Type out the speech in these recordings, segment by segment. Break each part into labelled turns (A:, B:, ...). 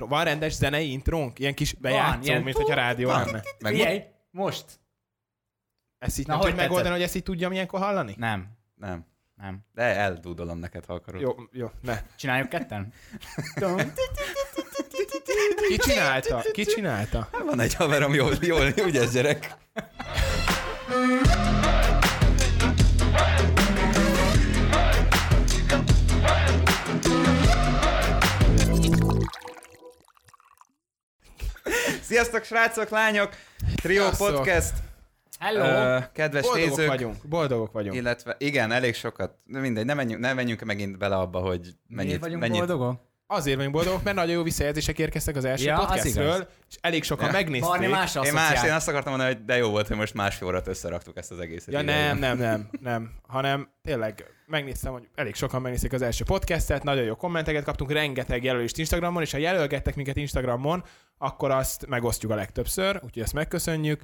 A: Van rendes zenei intrónk? Ilyen kis bejátszó,
B: ilyen-
A: mint hogyha rádió
B: Van.
A: lenne.
C: Meg
B: Figyelj, most.
A: Ezt így
B: Na,
A: nem
B: hogy
A: tudjuk megoldani,
B: tetszett?
A: hogy ezt így tudjam ilyenkor hallani?
B: Nem,
C: Nem.
B: nem.
C: De eldúdolom neked, ha akarod.
A: Jó, jó, ne.
B: Csináljuk ketten?
A: Ki csinálta? Ki csinálta?
C: Hát Van egy haverom, jól, jól, ügyes gyerek. Sziasztok, srácok, lányok! Trio
A: Sziasztok.
C: Podcast.
B: Hello!
C: Ö, kedves
A: Boldogok
C: nézők,
A: vagyunk, boldogok vagyunk.
C: illetve igen, elég sokat. De Mindegy, ne menjünk, ne menjünk megint bele abba, hogy mennyit,
B: Miért vagyunk
C: mennyit
B: boldogok?
A: Azért vagyunk boldogok, mert nagyon jó visszajelzések érkeztek az első
B: Ja, az
A: podcastről, és elég sokan
C: Ja.
B: Barni
A: megnézték.
B: másra
C: Én, más, én
B: asszociál.
C: azt akartam mondani, hogy de jó volt, hogy most másfél órát összeraktuk ezt az egészet.
A: Ja
C: így
A: nem,
C: előre.
A: nem, nem, nem, hanem tényleg megnéztem, hogy elég sokan megnézték az első podcastet, nagyon jó kommenteket kaptunk, rengeteg jelölést Instagramon, és ha jelölgettek minket Instagramon, akkor azt megosztjuk a legtöbbször, úgyhogy ezt megköszönjük.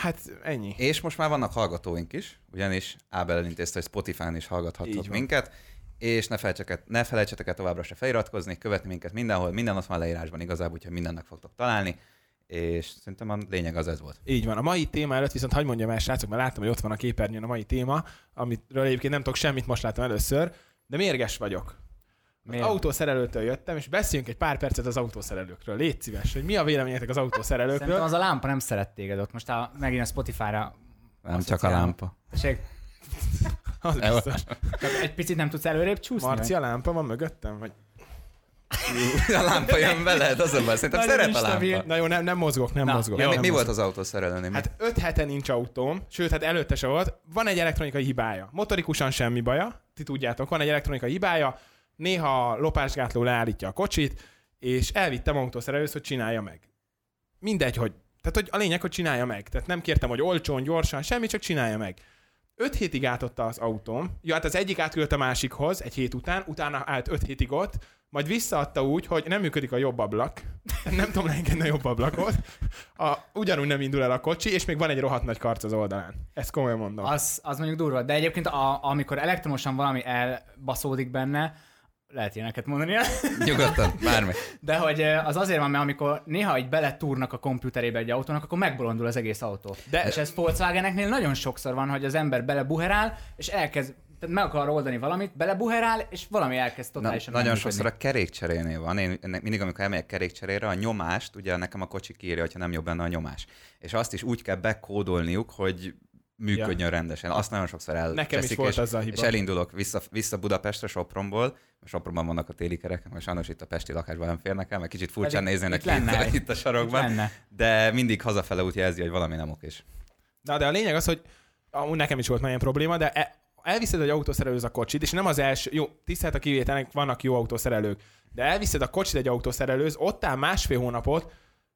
A: Hát ennyi.
C: És most már vannak hallgatóink is, ugyanis Ábel elintézte, hogy Spotify-n is
A: Így
C: hallgathattok
A: van.
C: minket, és ne felejtsetek, ne felejtsetek el továbbra se feliratkozni, követni minket mindenhol, minden ott van leírásban igazából, úgyhogy mindennek fogtok találni, és szerintem a lényeg az ez volt.
A: Így van. A mai téma előtt viszont hagyd mondjam el, srácok, mert láttam, hogy ott van a képernyőn a mai téma, amitről egyébként nem tudok semmit, most láttam először, de mérges vagyok.
B: Miért?
A: Az autószerelőtől jöttem, és beszéljünk egy pár percet az autószerelőkről. Légy szíves, hogy mi a véleményetek az
B: Szerintem
A: autószerelőkről.
B: az a lámpa nem szeret téged ott. Most á, megint a Spotify-ra...
C: Nem
B: Azt
C: csak a
B: hiszem.
C: lámpa.
B: Tessék,
A: Az biztos.
B: csak egy picit nem tudsz előrébb csúszni?
A: Marcia lámpa van mögöttem? Vagy...
C: A lámpa jön veled, az a baj, szerintem
B: Nagyon
C: szeret a
B: instabil.
C: lámpa.
A: Na jó, nem, nem mozgok, nem
B: Na,
A: mozgok.
C: Ja,
A: nem
C: mi, mi
A: mozgok.
C: volt az autószerelőnél? Hát,
A: Hát öt hete nincs autóm, sőt, hát előtte se volt. Van egy elektronikai hibája. Motorikusan semmi baja, ti tudjátok, van egy elektronikai hibája, néha a lopásgátló leállítja a kocsit, és elvittem autószerelőhöz, hogy csinálja meg. Mindegy, hogy. Tehát hogy a lényeg, hogy csinálja meg. Tehát nem kértem, hogy olcsón, gyorsan, semmi, csak csinálja meg. Öt hétig átotta az autóm. Ja, hát az egyik átküldött a másikhoz egy hét után, utána állt öt hétig ott, majd visszaadta úgy, hogy nem működik a jobb ablak. Nem tudom leengedni a jobb ablakot. A, ugyanúgy nem indul el a kocsi, és még van egy rohadt nagy karc az oldalán. Ezt komolyan mondom.
B: Az, az mondjuk durva, de egyébként a, amikor elektromosan valami elbaszódik benne, lehet ilyeneket mondani,
C: Nyugodtan, bármi.
B: de hogy eh, az azért van, mert amikor néha így beletúrnak a komputerébe egy autónak, akkor megbolondul az egész autó.
A: De-
B: De... És ez Volkswageneknél nagyon sokszor van, hogy az ember belebuherál, és elkezd, tehát meg akar oldani valamit, belebuherál, és valami elkezd
C: Na,
B: totálisan
C: nagyon
B: nem
C: sokszor a kerékcserénél van. Én ennek- mindig, amikor elmegyek kerékcserére, a nyomást, ugye nekem a kocsi kiírja, hogyha nem jobb lenne a nyomás. És azt is úgy kell bekódolniuk, hogy működjön ja. rendesen. Azt nagyon sokszor el.
A: Nekem is volt
C: és,
A: azzal hiba.
C: És elindulok vissza, vissza Budapestre Sopronból, mert Sopronban vannak a téli kerek, most sajnos itt a pesti lakásban nem férnek el, mert kicsit furcsán
B: Pedig
C: néznének
B: itt lenne
C: itt,
B: egy-
C: itt a sarokban.
B: működni. Lenne.
C: De mindig hazafele úgy jelzi, hogy valami nem okés.
A: Na, de a lényeg az, hogy amúgy nekem is volt már ilyen probléma, de e- elviszed egy autószerelőhöz a kocsit, és nem az első, jó, tisztelt a kivételnek, vannak jó autószerelők, de elviszed a kocsit egy autószerelőhöz, ott áll másfél hónapot,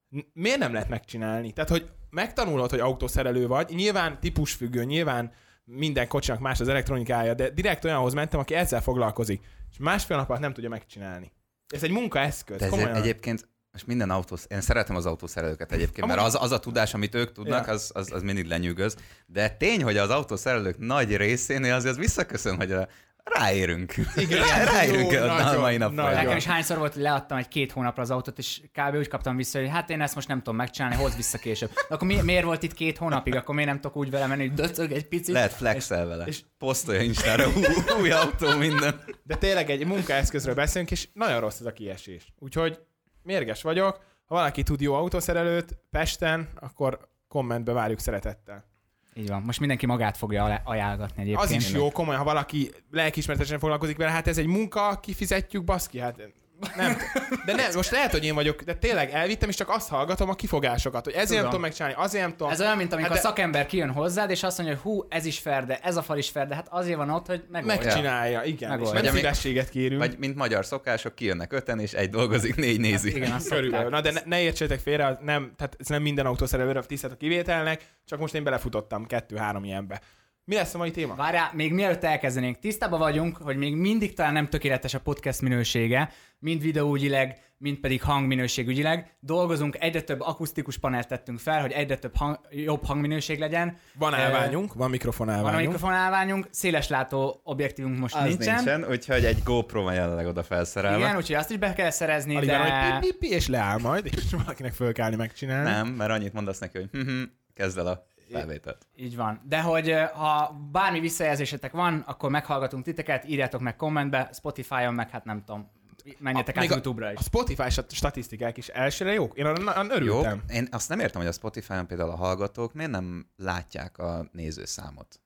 A: n- miért nem lehet megcsinálni? Tehát, hogy megtanulod, hogy autószerelő vagy, nyilván típusfüggő, nyilván minden kocsinak más az elektronikája, de direkt olyanhoz mentem, aki ezzel foglalkozik, és másfél nap alatt nem tudja megcsinálni. Ez egy munkaeszköz,
C: De ez
A: komolyan.
C: egyébként most minden autós, én szeretem az autószerelőket egyébként, mert az, az a tudás, amit ők tudnak,
A: Ja.
C: az, az, az mindig lenyűgöz. De tény, hogy az autószerelők nagy részénél azért visszaköszön, hogy a- ráérünk.
A: Igen,
C: Rá- ráérünk
A: jó,
C: a
A: nagyon,
C: mai nap
A: nagyon.
C: folyamán.
B: Nekem is hányszor volt, hogy leadtam egy két hónapra az autót, és kb. úgy kaptam vissza, hogy hát én ezt most nem tudom megcsinálni, hozz vissza később. De akkor mi, miért volt itt két hónapig, akkor miért nem tudok úgy vele menni, hogy döcög egy picit?
C: Lehet flexel vele. És,
A: és-
C: Posztolja Instára, ú- új autó, minden.
A: De tényleg egy munkaeszközről beszélünk, és nagyon rossz ez a kiesés. Úgyhogy mérges vagyok. Ha valaki tud jó autószerelőt Pesten, akkor kommentbe várjuk szeretettel.
B: Így van, most mindenki magát fogja alá- ajánlgatni egyébként.
A: Az is jó, komolyan, ha valaki lelkismeretesen foglalkozik vele, hát ez egy munka, kifizetjük, baszki, hát nem. t- De nem, most lehet, hogy én vagyok, de tényleg elvittem, és csak azt hallgatom a kifogásokat, hogy ezért
B: Tudom.
A: nem tudom megcsinálni, azért nem tudom.
B: Ez olyan, mint amikor
A: Hát
B: hát
A: de-
B: a szakember kijön hozzád, és azt mondja, hogy hú, ez is ferde, ez a fal is ferde, hát azért van ott, hogy megoldja.
A: Megcsinálja, igen.
B: Megoldja.
A: És
C: Vagy
A: nem
C: ami-
A: szívességet kérünk.
C: Vagy mint magyar szokások, kijönnek öten, és egy dolgozik, négy nézi.
B: Igen, azt
A: Körülbelül.
B: szokták.
A: Na de ne, ne értsétek félre, az nem, tehát ez nem minden autószerelőre tisztelt a kivételnek, csak most én belefutottam kettő-három ilyenbe. Mi lesz a mai téma?
B: Várjál, még mielőtt elkezdenénk, tisztában vagyunk, hogy még mindig talán nem tökéletes a podcast minősége, mind videóügyileg, mind pedig hangminőségügyileg. Dolgozunk, egyre több akusztikus panelt tettünk fel, hogy egyre több hang, jobb hangminőség legyen.
A: Van
B: Ö,
A: állványunk, van mikrofon
B: Van a
A: állványunk.
B: mikrofon állványunk, széleslátó objektívunk most
C: Az
B: nincsen.
C: nincsen. nincsen, úgyhogy egy GoPro van jelenleg oda felszerelve.
B: Igen, úgyhogy azt is be kell szerezni,
A: Alig
B: de...
A: van, hogy pi, pi, pi, és leáll majd, és valakinek föl kell állni megcsinálni.
C: Nem, mert annyit mondasz neki, hogy hm kezd el a felvételt.
B: Így van. De hogy ö, ha bármi visszajelzésetek van, akkor meghallgatunk titeket, írjátok meg kommentbe, Spotify-on meg hát nem tudom, menjetek
A: A-
B: át
A: még a-
B: YouTube-ra is.
A: A Spotify stat- statisztikák is elsőre jók. Én arra nagyon
C: Jó,
A: örültem.
C: én azt nem értem, hogy a Spotify-on például a hallgatók miért nem látják a nézőszámot.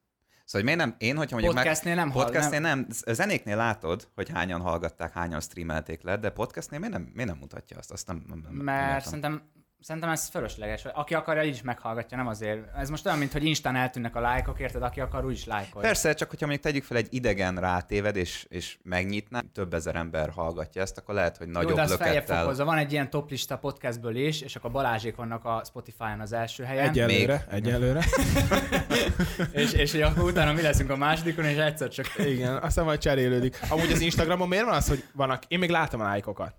C: Szóval, hogy miért nem, én, hogyha mondjuk
B: Podcastnél nem hall-
C: podcastnél nem, z- zenéknél látod, hogy hányan hallgatták, hányan streamelték le, de podcastnél miért nem, miért nem mutatja azt? Azt nem, nem, nem nem
B: Mert
C: értem.
B: szerintem, szerintem ez fölösleges. Aki akarja, így is meghallgatja, nem azért. Ez most olyan, mint hogy Instán eltűnnek a lájkok, érted? Aki akar, úgy is lájkolja.
C: Persze, csak hogyha mondjuk tegyük fel egy idegen rátéved, és, és megnyitná, több ezer ember hallgatja ezt, akkor lehet, hogy
B: Jó,
C: nagyobb
B: de az feljebb
C: lökettel.
B: fokozza. Van egy ilyen toplista podcastből is, és akkor Balázsék vannak a Spotify-on az első helyen.
A: Egyelőre, egyelőre.
B: És, és hogy akkor utána mi leszünk a másodikon, és egyszer csak...
A: Igen, aztán majd cserélődik. Amúgy az Instagramon miért van az, hogy vannak, én még látom a lájkokat.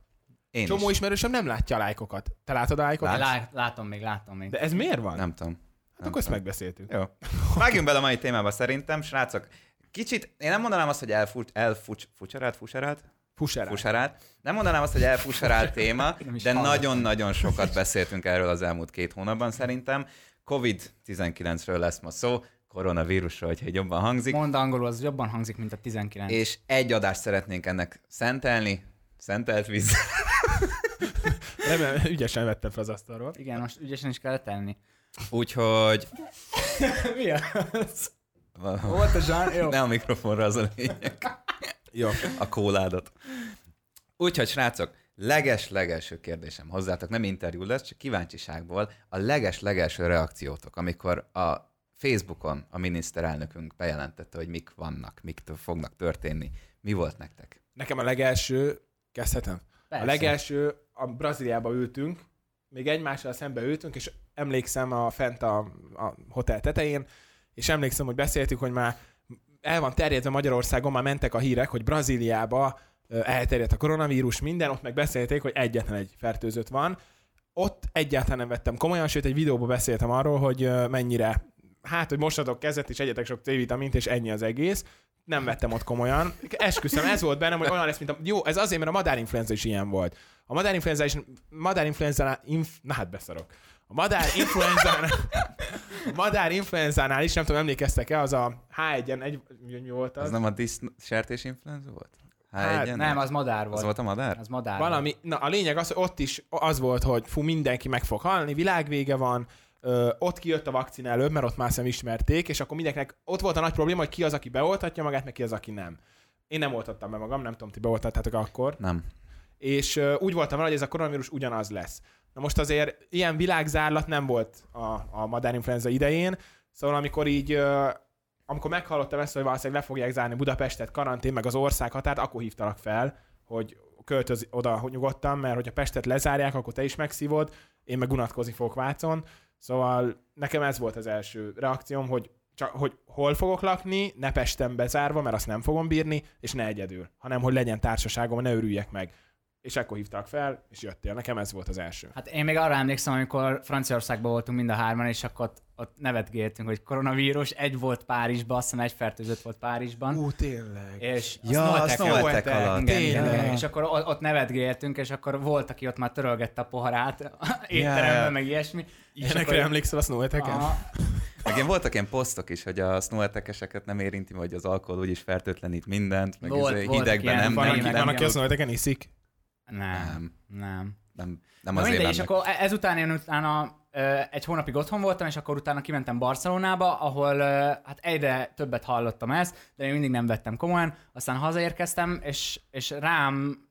C: Én
A: Csomó
C: is.
A: ismerősöm nem látja a lájkokat. Te látod a lájkokat?
B: Lá, látom még, látom még.
A: De ez miért van?
C: Nem tudom.
A: hát akkor ezt megbeszéltük.
C: Jó. Vágjunk bele a mai témába szerintem, srácok. Kicsit, én nem mondanám azt, hogy elfut, elfucs, fucserált, fucserált?
A: Pusher.
C: Fuserált. Nem mondanám azt, hogy elfuserált téma,
B: Nem is
C: de
B: hallottam.
C: nagyon-nagyon sokat beszéltünk erről az elmúlt két hónapban szerintem. COVID-19-ről lesz ma szó, koronavírusról, hogyha így jobban hangzik.
B: Mondd angolul, az jobban hangzik, mint a 19.
C: És egy adást szeretnénk ennek szentelni, szentelt víz.
A: Nem, ügyesen vettem fel az asztalról.
B: Igen, most ügyesen is kell tenni.
C: Úgyhogy
B: Mi az? Volt a zsán, jó.
C: ne a mikrofonra az a lényeg.
A: Jó.
C: a kóládat. Úgyhogy, srácok, leges-legelső kérdésem hozzátok, nem interjú lesz, csak kíváncsiságból, a leges-legelső reakciótok, amikor a Facebookon a miniszterelnökünk bejelentette, hogy mik vannak, mik t- fognak történni. Mi volt nektek?
A: Nekem a legelső, kezdhetem?
B: Persze.
A: A legelső, a Brazíliába ültünk, még egymással szembe ültünk, és emlékszem a fent a, a hotel tetején, és emlékszem, hogy beszéltük, hogy már el van terjedve Magyarországon, már mentek a hírek, hogy Brazíliába ö, elterjedt a koronavírus, minden, ott meg beszélték, hogy egyetlen egy fertőzött van. Ott egyáltalán nem vettem komolyan, sőt egy videóban beszéltem arról, hogy ö, mennyire, hát, hogy mostatok kezet, és egyetek sok C-vitamint, és ennyi az egész. Nem vettem ott komolyan. Esküszöm, ez volt bennem, hogy olyan lesz, mint a... Jó, ez azért, mert a madárinfluenza is ilyen volt. A madárinfluenza is... Madárinfluenza... Inf... Na hát beszarok. A madárinfluenzánál... A madárinfluenzánál is, nem tudom, emlékeztek-e, az a H1-en... Egy... mi- Mi volt az?
C: Az nem a disznó sertés influenza volt?
A: Hát,
C: H1-en?
B: Nem, az madár
C: az
B: volt.
C: volt a madár?
B: Az madár volt.
A: Valami, na a lényeg az, hogy ott is az volt, hogy fú, mindenki meg fog halni, világvége van, ö, ott kijött a vakcina előbb, mert ott már szem ismerték, és akkor mindenkinek ott volt a nagy probléma, hogy ki az, aki beoltatja magát, meg ki az, aki nem. Én nem oltattam be magam, nem tudom, ti beoltattátok akkor
C: Nem.
A: és ö, úgy voltam vele, hogy ez a koronavírus ugyanaz lesz. Na most azért ilyen világzárlat nem volt a, a madárinfluenza idején, szóval amikor így, ö, amikor meghallottam ezt, hogy valószínűleg le fogják zárni Budapestet, karantén, meg az ország határt, akkor hívtalak fel, hogy költöz oda hogy nyugodtan, mert hogyha Pestet lezárják, akkor te is megszívod, én meg unatkozni fogok Vácon. Szóval nekem ez volt az első reakcióm, hogy csak, hogy hol fogok lakni, ne Pesten bezárva, mert azt nem fogom bírni, és ne egyedül, hanem hogy legyen társaságom, ne örüljek meg. És ekkor hívták fel, és jöttél. Nekem ez volt az első.
B: Hát én még arra emlékszem, amikor Franciaországban voltunk mind a hárman, és akkor ott, ott nevetgéltünk, hogy koronavírus, egy volt Párizsban, azt hiszem egy fertőzött volt Párizsban.
A: Ú, tényleg.
B: És a
C: Ja,
B: Snowtech
C: a
B: előtt.
C: Snowtech
A: Snowtech,
C: alatt.
B: Igen, igen,
A: Tényleg.
B: igen, és akkor o- ott nevetgéltünk, és akkor volt, aki ott már törölgette a poharát étteremben,
C: Yeah.
B: meg ilyesmi. és
A: Ilyenekre
B: akkor-
A: emlékszel a snoweteken?
C: Ah.
B: Aha.
C: Meg én voltak ilyen posztok is, hogy a snowetekeseket nem érinti, hogy az alkohol úgyis fertőtlenít mindent, meg
B: Volt-
C: izé,
B: voltak
C: hidegben
B: ilyen
C: nem,
A: Van,
C: nem,
A: aki,
B: meg-
A: van,
C: nem,
A: aki a snoweteken iszik?
B: Nem,
C: Nem.
B: nem.
C: nem, nem
B: Na
C: azért
B: mindegy, és
C: mennek.
B: akkor e- ezután én utána ö, egy hónapig otthon voltam, és akkor utána kimentem Barcelonába, ahol ö, hát egyre többet hallottam ezt, de én mindig nem vettem komolyan. Aztán hazaérkeztem, és, és rám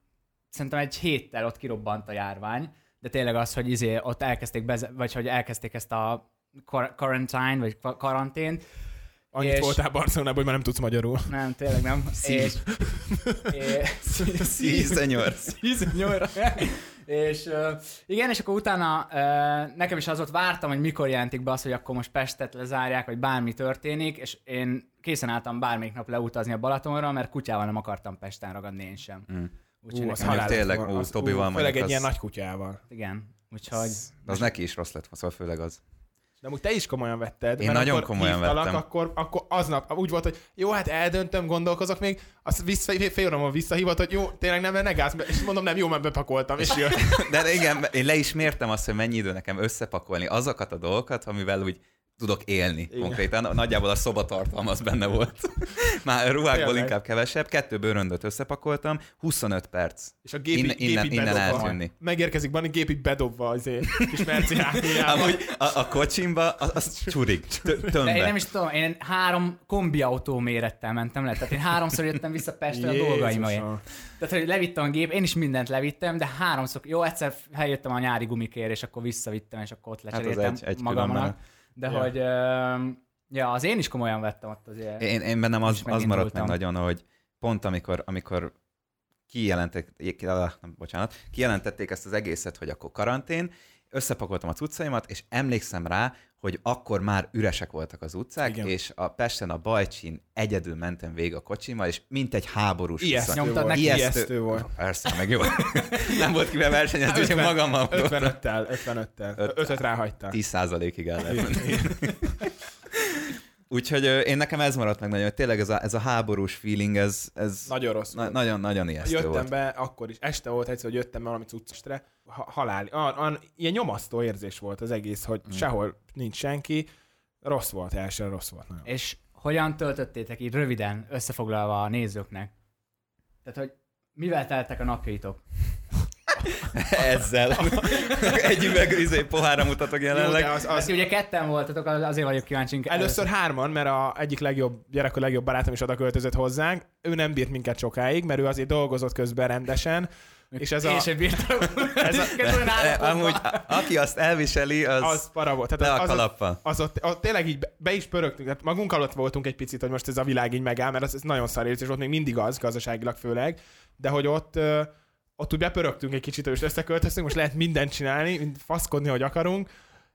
B: szerintem egy héttel ott kirobbant a járvány, de tényleg az, hogy izé, ott elkezdték, beze- vagy hogy elkezdték ezt a quar- quarantine, vagy kva- karantént,
A: Annyit
B: És-
A: voltál Barcelonában, hogy már nem tudsz magyarul.
B: nem, tényleg nem.
C: Szív.
B: És, és,
C: Sí, señor.
B: Sí, señor. És ö, igen, és akkor utána ö, nekem is az ott vártam, hogy mikor jelentik be azt, hogy akkor most Pestet lezárják, vagy bármi történik, és én készen álltam bármelyik nap leutazni a Balatonra, mert kutyával nem akartam Pesten ragadni én sem. Mm. Úgyhogy
A: Ú,
B: nekem,
A: az
C: mondjuk
A: halálos
C: tényleg,
A: volt.
C: ú,
A: Az-
C: Tobival
A: Főleg
C: mondjuk
A: egy
C: az-
A: ilyen nagy kutyával.
B: igen, úgyhogy
C: De az neki is rossz lett, szóval főleg az.
A: De amúgy te is komolyan vetted.
C: Én
A: mert
C: nagyon
A: amikor
C: komolyan
A: hívtalak,
C: vettem.
A: Akkor, akkor aznap úgy volt, hogy jó, hát eldöntöm, gondolkozok még, azt vissza, fél- fél óra visszahívott, hogy jó, tényleg nem, mert negász, és mondom, nem, jó, mert bepakoltam, és jött.
C: De igen, én le is mértem azt, hogy mennyi idő nekem összepakolni azokat a dolgokat, amivel úgy tudok élni igen. konkrétan. Nagyjából a szobatartalma az benne volt. Már ruhákból
A: Tényleg.
C: inkább kevesebb. Kettő bőröndöt összepakoltam, 25 perc.
A: És a gép,
C: Innen-
A: innen, gép
C: innen-
A: így
C: innen
A: bedobva.
C: eltűnni.
A: Megérkezik Bani, gép így bedobva az kis merci hátuljába.
C: Amúgy a, a kocsimba az, az csurik, tö-
B: De én
C: tömbe.
B: nem is tudom, én három kombiautó mérettel mentem le, tehát én háromszor jöttem vissza Pestre a dolgaimért.
A: Jézusom.
B: Tehát, hogy levittem a gép, én is mindent levittem, de háromszor, jó, egyszer eljöttem a nyári gumikért, és akkor visszavittem, és akkor ott
A: Hát
B: lecseréltem
C: egy- egy
B: magamnak.
C: különben.
B: De
A: Ja.
B: hogy, ö, ja, az én is komolyan vettem ott azért.
C: Én, én bennem az,
B: is
C: az maradt meg
B: megindultam.
C: nagyon, hogy pont amikor, amikor kijelentették, ki- ah, nem, bocsánat, kijelentették ezt az egészet, hogy akkor karantén, összepakoltam a cuccaimat, és emlékszem rá, hogy akkor már üresek voltak az utcák, Igen.
A: Igen.
C: és a Pesten, a Bajcsin egyedül mentem végig a kocsimmal, és mint egy háborús
A: Ijesztő
C: vissza.
B: Nyomtad
A: volt.
B: neki?
A: Ijesztő, volt.
C: Persze, meg jó. nem volt kivel versenyezni, úgyhogy
A: Ötven-
C: magammal
A: 55-tel, 55-tel.
C: Öt-
A: 5-öt ráhagytál.
C: 10%-ig el lehet menni. Úgyhogy ö, én nekem ez maradt meg nagyon, hogy tényleg ez a, ez a háborús feeling, ez, ez
A: Nagyon rossz
C: na,
A: volt.
C: nagyon, nagyon ijesztő
A: Jöttem
C: volt.
A: be akkor is. Este volt egyszer, hogy jöttem be valami cuccestre. Ha- halál. An, an, ilyen nyomasztó érzés volt az egész,
C: Mm.
A: hogy sehol nincs senki. Rossz volt, első rossz volt nagyon.
B: És hogyan töltöttétek így röviden, összefoglalva a nézőknek? Tehát, hogy mivel teltek a napjaitok?
C: Ezzel. Egy üveg izé, pohára mutatok
A: Jó,
C: jelenleg.
A: de az,
B: Az... Hát,
A: az,
B: ti ugye ketten voltatok, az- azért vagyok kíváncsi. inkább-
A: először hárman, mert a egyik legjobb, gyerekkor legjobb barátom is oda költözött hozzánk. Ő nem bírt minket sokáig, mert ő azért dolgozott közben rendesen. És ez
B: Én
A: a,
B: sem bírtam.
A: ez a,
B: Kettőn
C: De,
B: állapotban.
C: E, amúgy, a- aki azt elviseli, az,
A: az para volt.
C: le
A: Tehát
C: a
A: az, az, az,
C: kalappa.
A: az ott, ott tényleg így be, be is pörögtünk, tehát magunk alatt voltunk egy picit, hogy most ez a világ így megáll, mert az, ez nagyon szar érzés, volt még mindig az, gazdaságilag főleg, de hogy ott, ö, ott úgy bepörögtünk egy kicsit, és összeköltöztünk, most lehet mindent csinálni, mind faszkodni, hogy akarunk,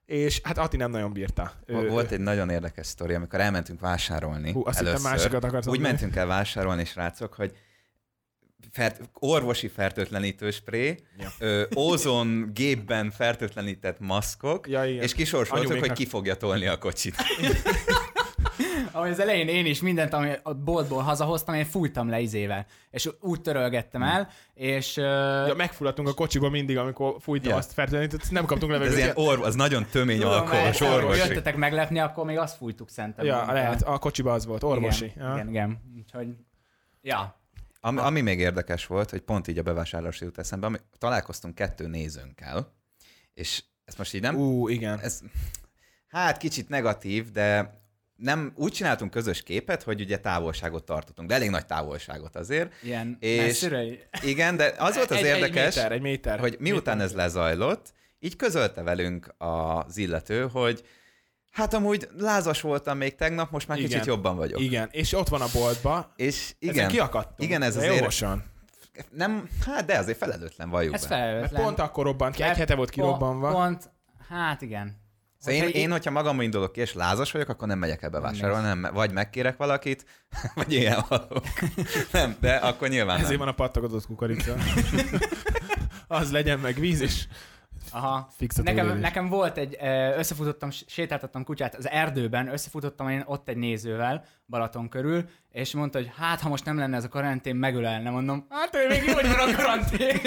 A: és hát Ati nem nagyon bírta. Ő-
C: Volt egy nagyon érdekes sztori, amikor elmentünk vásárolni
A: Hú, azt hittem
C: először.
A: másikat akarsz
C: Úgy
A: mondani.
C: mentünk el vásárolni, srácok, hogy fert, orvosi fertőtlenítő spré,
A: Ja.
C: ö, ózon gépben fertőtlenített maszkok,
A: Ja, igen.
C: és kisorsoltuk, hogy
A: Anyuméknak.
C: ki fogja tolni a kocsit.
B: Ahogy az elején én is mindent, ami a boltból hazahoztam, én fújtam le izével. És úgy törölgettem el, és...
A: Ja,
B: Ja,
A: megfulladtunk a kocsiba mindig, amikor fújta
C: Ja.
A: azt fertőtlenítőt, nem kaptunk
C: Ez
A: levegőt.
C: ilyen orv, az nagyon tömény alkoholos, orvosi.
B: jöttetek meglepni, akkor még azt fújtuk szerintem.
A: Ja,
B: Amikor-
A: lehet, a kocsiba az volt, orvosi.
B: Igen,
A: Ja.
B: igen, igen. Úgyhogy... Ja.
C: Ami, ami még érdekes volt, hogy pont így a bevásárlásra jut eszembe, ami, találkoztunk kettő nézőnkkel, és ezt most így nem
A: Ú, igen.
C: ez, hát kicsit negatív, de nem úgy csináltunk közös képet, hogy ugye távolságot tartottunk, de elég nagy távolságot azért.
B: Ilyen
C: És-
B: messziről-
C: Igen, de az volt az
A: egy,
C: érdekes,
A: Egy méter, egy méter.
C: hogy miután
A: Méter.
C: ez lezajlott, így közölte velünk az illető, hogy hát amúgy lázas voltam még tegnap, most már
A: Igen.
C: kicsit jobban vagyok.
A: Igen, és ott van a boltba,
C: És
A: igen.
C: igen,
A: kiakadtunk.
C: igen, ez
A: De
C: azért-
A: jogosan.
C: nem, hát de azért felelőtlen valljuk
B: Ez
C: be.
A: Mert
B: felelőtlen.
A: pont akkor robbant ki,
B: Mert
A: egy hete volt kirobbanva.
B: Pont, pont, hát igen.
C: Szóval én,
B: Hogyha
C: én, hogyha magam indulok ki, és lázas vagyok, akkor nem megyek el bevásárolni, nem, vagy megkérek valakit, vagy ilyen halok. Nem, de akkor nyilván
A: Ezért
C: nem.
A: van a pattagodott kukorica. az legyen meg víz is.
B: Aha.
A: Fix a
B: Nekem,
A: túlélés.
B: nekem volt egy, ö, összefutottam, sétáltattam kutyát az erdőben, összefutottam én ott egy nézővel Balaton körül, és mondta, hogy hát, ha most nem lenne ez a karantén, megölelne, mondom, hát ő még jó, hogy van a karantén.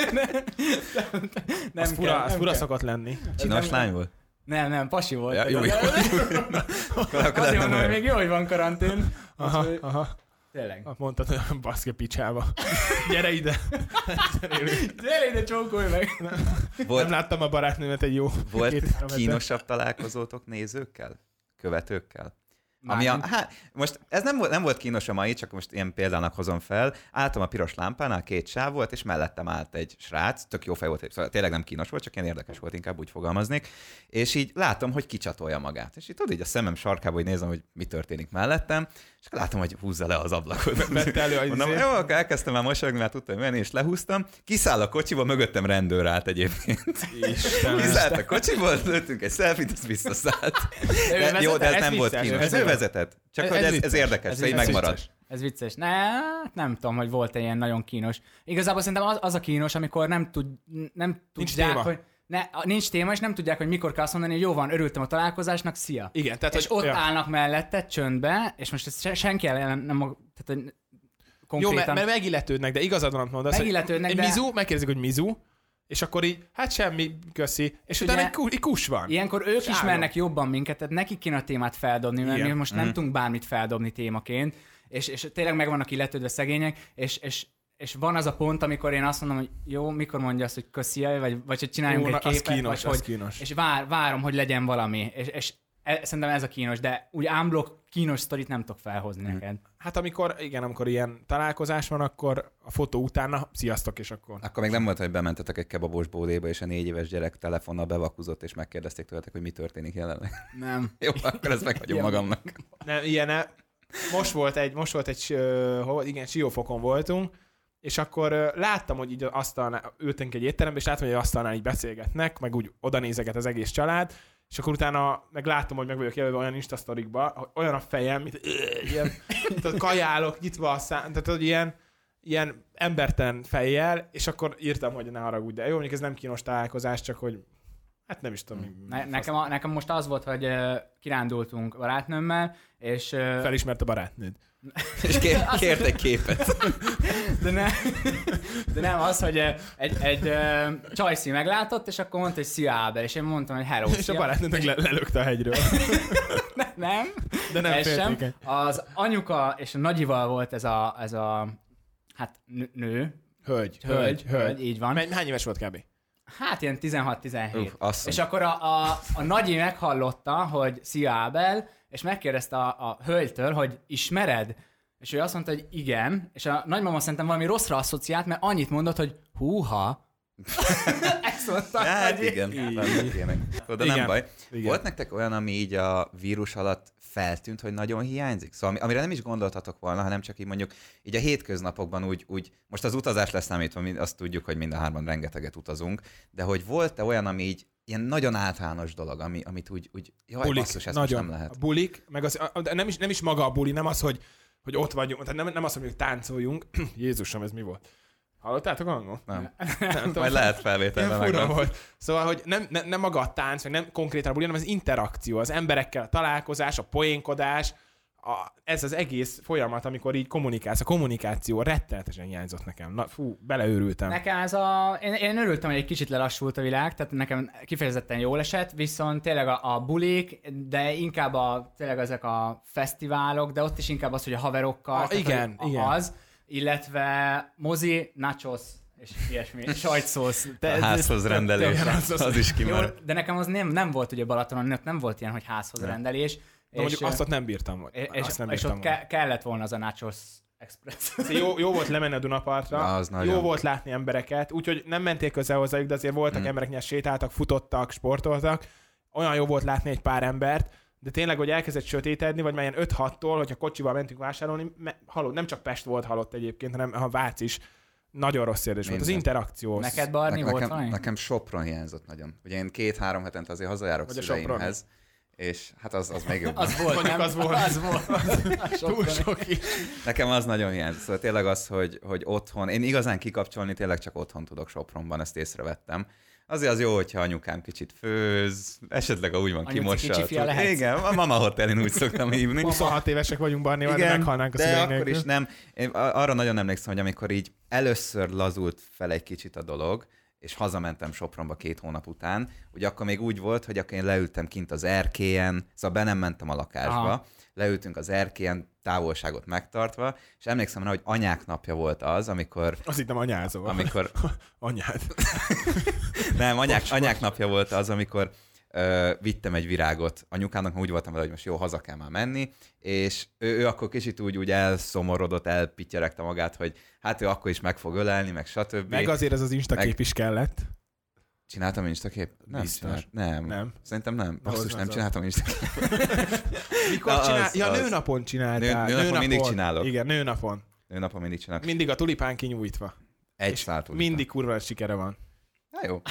B: nem
A: az fura,
B: kell,
A: az
B: nem
A: fura
B: kell.
A: szokott lenni.
C: Csinos lány volt?
B: Nem, nem, pasi volt.
C: Ja, jó, jó. Akkor- akkor
B: Azért
C: nem
B: mondom, hogy
C: olyan.
B: még jó, hogy van karantén.
A: Aha,
B: Úgyhogy-
A: aha.
B: Tényleg.
A: Mondtad, hogy baszke picsába. Gyere ide.
B: Gyere ide, csókolj meg!
C: Volt,
A: Nem láttam a barátnőmet egy jó
C: volt
A: két-három hete.
C: kínosabb találkozótok nézőkkel? Követőkkel? Ami a,
B: Mármint?
C: hát, most ez nem volt, nem volt kínos a mai, csak most ilyen példának hozom fel. Álltam a piros lámpánál, két sáv volt, és mellettem állt egy srác, tök jó fej volt, szóval tényleg nem kínos volt, csak ilyen érdekes volt, inkább úgy fogalmaznék. És így látom, hogy kicsatolja magát. És így tudod, így a szemem sarkába, hogy nézem, hogy mi történik mellettem, és akkor látom, hogy húzza le az ablakot.
A: Vette elő a
C: Mondom,
A: izét.
C: jó, akkor elkezdtem már mosolyogni, mert tudtam menni, és lehúztam. Kiszáll a kocsiba, mögöttem rendőr állt egyébként.
A: Isten.
C: Kiszállt a kocsiból, lőttünk egy szelfit, ezt visszaszállt. De,
B: vezetett?
C: jó, de ez,
A: Ez
C: nem volt
A: vicces,
C: kínos.
A: ez
C: Ez ő
A: vicces.
C: vezetett. Csak
A: Ez-
C: hogy
A: ez
C: ez, ez
A: vicces.
C: érdekes, ez,
A: Ez
C: így
A: vicces.
C: megmarad.
B: Ez vicces. Ne, hát nem tudom, hogy volt-e ilyen nagyon kínos. Igazából szerintem az, az a kínos, amikor nem, tud, nem
A: Nincs
B: tudják,
A: téma.
B: hogy... Ne, a- nincs téma, és nem tudják, hogy mikor kell azt mondani, hogy jó van, örültem a találkozásnak, szia.
A: Igen, tehát
B: és
A: hogy-
B: ott
A: ja.
B: állnak mellette csöndbe, és most ez se, senki ellen nem... a- Tehát, hogy
A: Jó,
B: konkrétan...
A: mert, mert megilletődnek, de igazad van, amit mondasz. hogy
B: Megilletődnek,
A: egy
B: de-
A: Mizu, megkérdezik, hogy mizu, és akkor így, hát semmi, köszi. És
B: Ugye-
A: utána egy, kus, egy kus van.
B: Ilyenkor ők
A: Sárom.
B: ismernek jobban minket, tehát nekik kéne a témát feldobni, mert
A: Igen. Mhm.
B: mi most nem tudunk bármit feldobni témaként, és, és tényleg meg vannak illetődve szegények, és, és, és van az a pont, amikor én azt mondom, hogy jó, mikor mondja azt, hogy köszi, vagy, vagy hogy csináljunk
A: Ó,
B: egy
A: na, az
B: képet,
A: kínos,
B: vagy
A: az
B: hogy,
A: kínos.
B: és vár, várom, hogy legyen valami, és, és e, szerintem ez a kínos, de úgy ámblok kínos sztorit nem tudok felhozni neked.
A: Hát amikor, igen, amikor ilyen találkozás van, akkor a fotó utána, sziasztok, és akkor.
C: Akkor még nem volt, hogy bementetek egy kebabos bódéba, és a négy éves gyerek telefonnal bevakuzott, és megkérdezték tőletek, hogy mi történik jelenleg.
B: Nem.
C: Jó, akkor ezt meghagyom
B: Ilyen.
C: magamnak.
A: Nem, ilyen, ne- most volt egy, most volt egy, ö, hol- igen, siófokon voltunk, és akkor ö, láttam, hogy így az asztalnál, ültünk egy étterembe, és láttam, hogy az asztalnál így beszélgetnek, meg úgy oda nézeget az egész család, és akkor utána meg látom, hogy meg vagyok jelölve olyan instasztorikba, hogy olyan a fejem, mint ilyen, tehát kajálok, nyitva a szám, tehát hogy ilyen, ilyen embertelen fejjel, és akkor írtam, hogy ne haragudj, de jó, mondjuk ez nem kínos találkozás, csak hogy hát nem is tudom. mi-
B: Ne, nekem, a, nekem most az volt, hogy ö, kirándultunk barátnőmmel, és... ö,
A: Felismert a barátnőd.
C: És kér, kért egy képet.
B: De nem, de nem az, hogy eh, egy, egy ö, csajszi meglátott, és akkor mondta, hogy szia Ábel, és én mondtam, hogy hello,
A: És
B: szia.
A: a barátnőnek le, lelökte a hegyről.
B: Nem,
A: De nem
B: ez sem.
A: féltékeny.
B: Az anyuka és a nagyival volt ez a, ez a hát nő, nő
A: Hölgy,
B: hölgy, hölgy, így van.
A: Hány, hány éves volt kb?
B: Hát ilyen 16-17.
C: Uff, asszony.
B: és akkor a, a, a nagyi meghallotta, hogy szia Ábel, és megkérdezte a, a hölgytől, hogy ismered? És ő azt mondta, hogy igen, és a nagymama szerintem valami rosszra asszociált, mert annyit mondott, hogy húha. Ezt mondta. a
C: Hát
B: nagyi.
C: igen, vannak ilyenek. Tudod, De
A: Igen.
C: nem baj.
A: Igen.
C: Volt nektek olyan, ami így a vírus alatt feltűnt, hogy nagyon hiányzik? Szóval ami- amire nem is gondoltatok volna, hanem csak így mondjuk így a hétköznapokban úgy, úgy most az utazás leszámítva, mi azt tudjuk, hogy mind a hárman rengeteget utazunk, de hogy volt-e olyan, ami így ilyen nagyon általános dolog, ami, amit úgy, úgy jaj, Bulik, basszus, ez most nem lehet.
A: A bulik, meg az, a, de nem is, nem is maga a buli, nem az, hogy, hogy ott vagyunk, tehát nem, nem az, hogy mondjuk táncoljunk. Jézusom, ez mi volt? Hallottátok angol?
C: Nem.
A: nem tudom.
C: Majd lehet
A: Ilyen
C: felvételben
A: fura
C: meg.
A: volt. Szóval, hogy nem, ne, nem maga a tánc, vagy nem konkrétan a buli, hanem az interakció, az emberekkel a találkozás, a poénkodás, a, ez az egész folyamat, amikor így kommunikálsz, a kommunikáció rettenetesen hiányzott nekem. Na, fú, beleőrültem.
B: Nekem ez a... Én, én örültem, hogy egy kicsit lelassult a világ, tehát nekem kifejezetten jól esett, viszont tényleg a, a bulik, de inkább a, tényleg ezek a fesztiválok, de ott is inkább az, hogy a haverokkal.
A: Ah,
B: tehát,
A: igen,
B: hogy a-
A: igen.
B: Az, illetve mozi, nachos, és ilyesmi, sajtszósz.
A: Hát,
C: A
B: De,
C: házhoz rendelés, az is
B: jó,
C: kimaradt.
B: de nekem az nem, nem volt ugye Balatonon, ott nem volt ilyen, hogy házhoz rendelés.
A: Na, mondjuk azt ott nem bírtam.
B: és,
A: És, azt nem
B: és
A: bírtam.
B: ott
A: volna.
B: ke- kellett volna az a nachos express.
A: Szóval Jó, jó volt lemenni a Dunapartra,
C: Na, az nagyon.
A: jó volt látni embereket, úgyhogy nem mentél közel hozzájuk, de azért voltak mm. emberek, nyilván sétáltak, futottak, sportoltak. Olyan jó volt látni egy pár embert, de tényleg, hogy elkezdett sötétedni, vagy már ilyen 5-6-tól, hogyha kocsival mentünk vásárolni, me, halott, nem csak Pest volt halott egyébként, hanem a Vác is. Nagyon rossz érzés volt. Az
C: Minden.
A: interakció.
B: Neked, Barni,
C: Nekem-
B: volt
C: nekem,
B: valami?
C: nekem Sopron hiányzott nagyon. Ugye én két-három hetente azért hazajárok
A: Vagy a
C: szüleimhez, és hát az, az még jobb.
B: Az volt,
A: Mondjuk
B: nem?
A: az volt.
B: Az volt. Az
A: túl
B: sokkal-
A: sok is.
C: Nekem az nagyon hiányzott. Szóval tényleg az, hogy, hogy otthon, én igazán kikapcsolni tényleg csak otthon tudok Sopronban, ezt észrevettem. Azért az jó, hogyha anyukám kicsit főz, esetleg ha úgy van
B: Anyuci
C: kimossa.
B: kicsi fia
C: tudod.
B: lehetsz.
C: Igen, a mama hotelin úgy szoktam hívni.
A: 26 évesek vagyunk, Barni, majd
C: Igen,
A: hát meghalnánk a
C: de
A: szüleink
C: akkor
A: nélkül.
C: is nem. Én a- arra nagyon emlékszem, hogy amikor így először lazult fel egy kicsit a dolog, és hazamentem Sopronba két hónap után, ugye akkor még úgy volt, hogy akkor én leültem kint az erkélyen, szóval be nem mentem a lakásba,
B: Aha.
C: Aha. leültünk az erkélyen távolságot megtartva, és emlékszem rá, hogy anyák napja volt az, amikor
A: Az itt nem anyázó.
C: amikor
A: Anyád.
C: nem, anyák, anyák napja volt az, amikor ö, vittem egy virágot anyukának, mert úgy voltam vele, hogy most jó, haza kell már menni, és ő, ő akkor kicsit úgy, úgy elszomorodott, elpityeregte magát, hogy hát ő akkor is meg fog ölelni, meg stb.
A: Meg azért ez az Insta
C: Meg-
A: kép is kellett.
C: Csináltam instakép? Nem,
A: Biztos.
C: csinált, nem. nem.
A: Nem.
C: Szerintem nem. Basszus,
A: hozzá
C: nem
A: az.
C: csináltam instakép.
A: Mikor
C: Na,
A: csinál...
C: az-
A: Ja,
C: az.
A: nőnapon csináltál.
C: Nő- nőnapon mindig csinálok. Hát.
A: Igen, nőnapon.
C: Napon mindig csinálok.
A: Mindig a tulipán kinyújtva.
C: Egy
A: És
C: szállt
A: Mindig kurva nagy sikere van.
C: Na jó.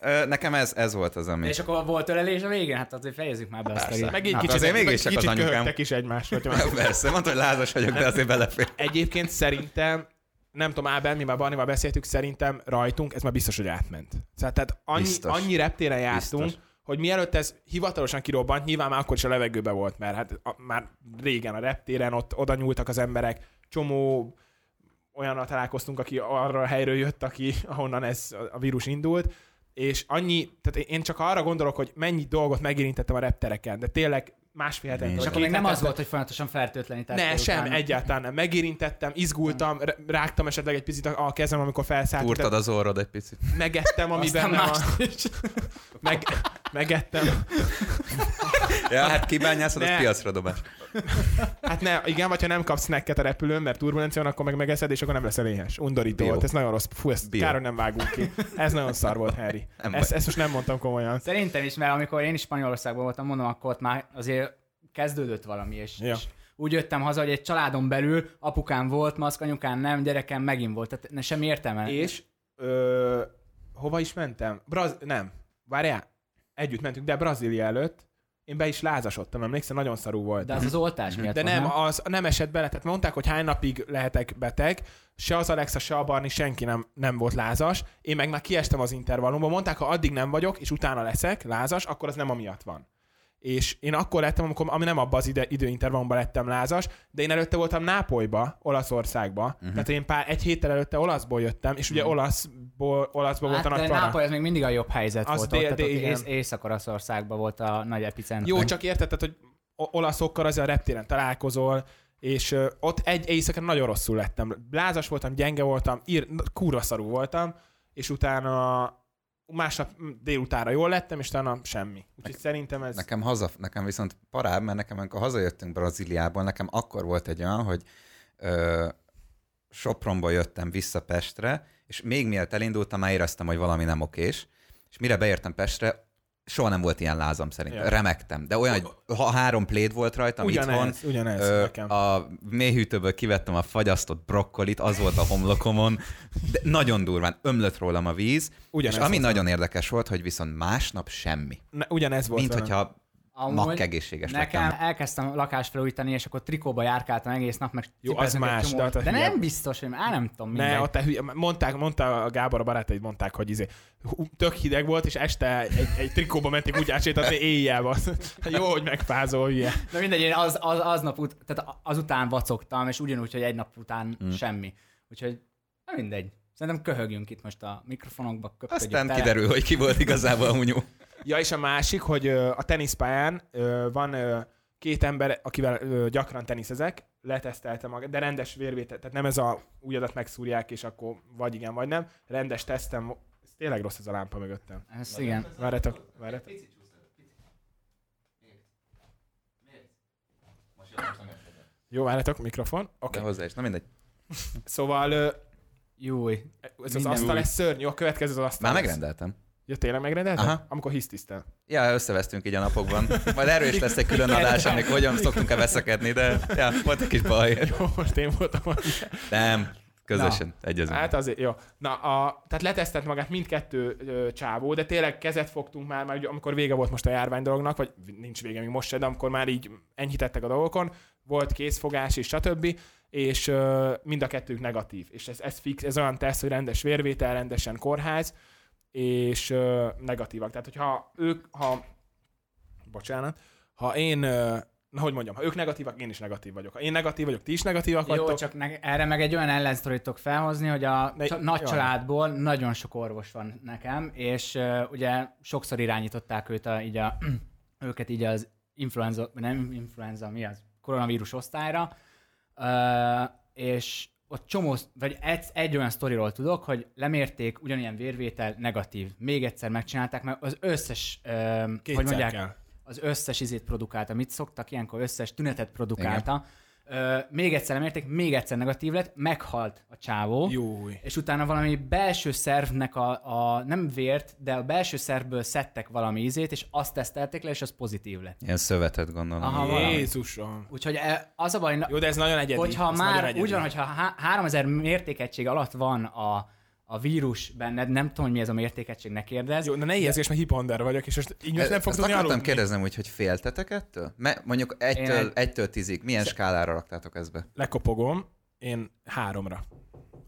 C: Ö, Nekem ez, ez volt az, ami...
B: És akkor volt ölelés a végén, hát azért fejezzük már be a sztorit.
A: Meg így
B: Na,
A: kicsit,
C: Hát azért
A: meg
C: mégiscsak az
A: kicsit
C: anyukám.
A: köhögtek is egymást. Hogy már-
C: Persze, mondta, hogy lázas vagyok, de azért belefér.
A: Egyébként szerintem, nem tudom, Ábel, mi már Barnival beszéltük, szerintem rajtunk ez már biztos, hogy átment. Szóval, tehát annyi,
C: Biztos.
A: annyi reptéren jártunk,
C: Biztos.
A: biztos. hogy mielőtt ez hivatalosan kirobbant, nyilván már akkor is a levegőbe volt, mert hát a, már régen a reptéren ott oda nyúltak az emberek, csomó olyannal találkoztunk, aki arra a helyről jött, aki ahonnan ez a vírus indult, és annyi, tehát én csak arra gondolok, hogy mennyi dolgot megérintettem a reptereken, de tényleg másfél hetente.
C: És
A: vagy
B: És akkor még
A: két
B: nem az
A: hetente-
B: volt, hogy folyamatosan fertőtlenítették.
A: ne, sem,
B: utána.
A: egyáltalán nem. Megérintettem, izgultam, r- rágtam esetleg egy picit a a kezem, amikor felszállt.
C: Túrtad az orrod egy picit.
A: Megettem, ami
B: Aztán
A: benne van.
B: mást is.
A: Meg, megettem.
C: Ja, hát kibányászod, az
A: Ne.
C: piacra dobás.
A: Hát ne, igen, vagy ha nem kapsz snacket a repülőn, mert turbulencia van, akkor meg megeszed, és akkor nem leszel éhes. Undorító
C: Bio.
A: volt, ez nagyon rossz. Fú, ezt
C: Bio.
A: Bio. kár, hogy nem vágunk ki. Ez nagyon szar volt, Harry.
C: Nem
A: Ezt,
C: baj.
A: ezt most nem mondtam komolyan.
B: Szerintem is, mert amikor én is Spanyolországban voltam, mondom, akkor ott már azért kezdődött valami, és,
A: Ja.
B: és úgy jöttem haza, hogy egy családon belül apukám volt, maszk, anyukám nem, gyerekem megint volt, tehát ne semmi értelme.
A: És ö, hova is mentem? Braz... Nem. Várjál. Együtt mentünk, de Brazília előtt én be is lázasodtam, emlékszem, nagyon szarú volt.
B: De az az oltás miatt
A: De
B: van,
A: nem, az nem esett bele. Tehát mondták, hogy hány napig lehetek beteg. Se az Alexa, se a Barni, senki nem, nem volt lázas. Én meg már kiestem az intervallumban. Mondták, ha addig nem vagyok, és utána leszek lázas, akkor az nem amiatt van. És én akkor lettem, amikor, ami nem abban az ide, időintervallumban lettem lázas, de én előtte voltam Nápolyba, Olaszországba.
B: Mhm.
A: Uh-huh. Tehát én pár egy héttel előtte olaszból jöttem, és ugye uh-huh. olaszból, olaszból
B: Hát,
A: volt a
B: de
A: nagy para.
B: Nápoly az még mindig a jobb helyzet
A: Az
B: volt
A: dél-
B: ott,
A: dél-
B: tehát ott
A: igen.
B: ész, Észak-Olaszországban volt a nagy epicentrum.
A: Jó, csak érted, tehát, hogy o- olaszokkal azért a reptéren találkozol, és ö, ott egy éjszaka nagyon rosszul lettem. Lázas voltam, gyenge voltam, ír, kurva szarú voltam, és utána másnap délutánra jól lettem, és utána semmi. Úgyhogy szerintem ez...
C: Nekem haza, nekem viszont parább, mert nekem, amikor hazajöttünk Brazíliából, nekem akkor volt egy olyan, hogy ö, Sopronból jöttem vissza Pestre, és még mielőtt elindultam, már éreztem, hogy valami nem okés, és mire beértem Pestre, soha nem volt ilyen lázam szerintem.
A: Ja.
C: Remektem. De olyan, hogy ha három pléd volt rajtam itthon,
A: ugyanez, ugyanez
C: Ö,
A: nekem.
C: a mélyhűtőből kivettem a fagyasztott brokkolit, az volt a homlokomon, de nagyon durván ömlött rólam a víz,
A: Ugyanez
C: és ami
A: volt
C: nagyon érdekes volt, hogy viszont másnap semmi.
A: Ne, ugyanez volt
C: Mint
A: velem.
C: hogyha
B: Amúgy
C: mag egészséges
B: Nekem
C: lettem.
B: elkezdtem lakást felújítani, és akkor trikóba járkáltam egész nap, meg
A: Jó,
B: cipeztem
A: az
B: egy
A: más,
B: csomót.
A: de hát a
B: de
A: hülye-
B: nem biztos, hogy á, nem tudom, mindegy.
A: Ne, ott a hülye, mondták, mondta a Gábor a barátaid, mondták, hogy izé, hú, tök hideg volt, és este egy, egy trikóba mentek úgy átsétálni éjjel. Jó, hogy megfázol, hülye.
B: Na mindegy, én az, az, aznap ut- tehát azután vacogtam, és ugyanúgy, hogy egy nap után mm. semmi. Úgyhogy na mindegy. Szerintem köhögjünk itt most a mikrofonokba, köpködjük
C: Aztán
B: tele.
C: kiderül, hogy ki volt igazából a hunyó.
A: Ja, és a másik, hogy ö, a teniszpályán ö, van ö, két ember, akivel ö, gyakran teniszezek, letesztelte magát, de rendes vérvétel, tehát nem ez a újadat megszúrják, és akkor vagy igen, vagy nem. Rendes tesztem, ez tényleg rossz ez a lámpa mögöttem.
B: Ez igen.
A: Várjátok, várjátok. Jó, várjátok, mikrofon. Oké.
C: De
A: Okay.
C: hozzá is, na mindegy.
A: Szóval ö,
B: Júj.
A: ez az
B: Minden
A: asztal,
B: új.
A: ez szörnyű, a következő az asztal.
C: Már
A: lesz.
C: megrendeltem.
A: Ja, tényleg megrendelted?
C: Aha.
A: Amikor hisztisztel.
C: Ja, összevesztünk így a napokban. Majd erről is lesz egy külön adás, amikor hogyan szoktunk-e veszekedni, de ja, volt egy kis baj.
A: Jó, most én voltam a
C: Nem, közösen egyezünk.
A: Hát azért, jó. Na, a, tehát letesztett magát mindkettő ö, csávó, de tényleg kezet fogtunk már, már ugye, amikor vége volt most a járvány dolognak, vagy nincs vége még most se, de amikor már így enyhítettek a dolgokon, volt készfogás és stb., és ö, mind a kettők negatív. És ez, ez fix, ez olyan teszt, hogy rendes vérvétel, rendesen kórház, és ö, negatívak. Tehát, hogyha ők, ha bocsánat, ha én, ö, na hogy mondjam, ha ők negatívak, én is negatív vagyok. Ha én negatív vagyok, ti is negatívak
B: Jó,
A: vagytok.
B: csak ne, erre meg egy olyan ellensztorítok felhozni, hogy a
A: Ne-
B: csa- nagy
A: jaj.
B: családból nagyon sok orvos van nekem, és uh, ugye sokszor irányították őt a, így a, őket így az influenza, nem influenza, mi az, koronavírus osztályra, uh, és ott csomó, vagy egy, egy olyan sztoriról tudok, hogy lemérték, ugyanilyen vérvétel negatív. Még egyszer megcsinálták, mert az összes, ö, hogy
A: Kétszer
B: mondják,
A: kell.
B: az összes izét produkálta, mit szoktak ilyenkor, összes tünetet produkálta. Ö, még egyszer lemérték, még egyszer negatív lett, meghalt a csávó.
A: Júj.
B: És utána valami belső szervnek a, a, nem vért, de a belső szervből szedtek valami ízét, és azt tesztelték le, és az pozitív lett.
C: Ilyen szövetet gondolom.
B: Aha,
C: Igen.
B: valami.
A: Jézusom.
B: Úgyhogy e, az a baj, na-
A: Jó, de ez nagyon egyedi.
B: hogyha
A: ez nagyon
B: már,
A: egyedi.
B: úgy van, hogyha há- 3000 mértékegység alatt van a, a vírus benned, nem tudom, hogy mi ez a mértékegység, ne kérdezz.
A: Jó, na ne ijeszgess, mert hiphonder vagyok, és most így most nem fogsz
C: Ezt
A: tudni
C: akartam
A: aludni.
C: kérdeznem, úgy, hogy féltetek ettől? Me- mondjuk egytől,
B: egy-
C: egytől tízig, milyen skálára raktátok ezt be?
A: Lekopogom, én háromra.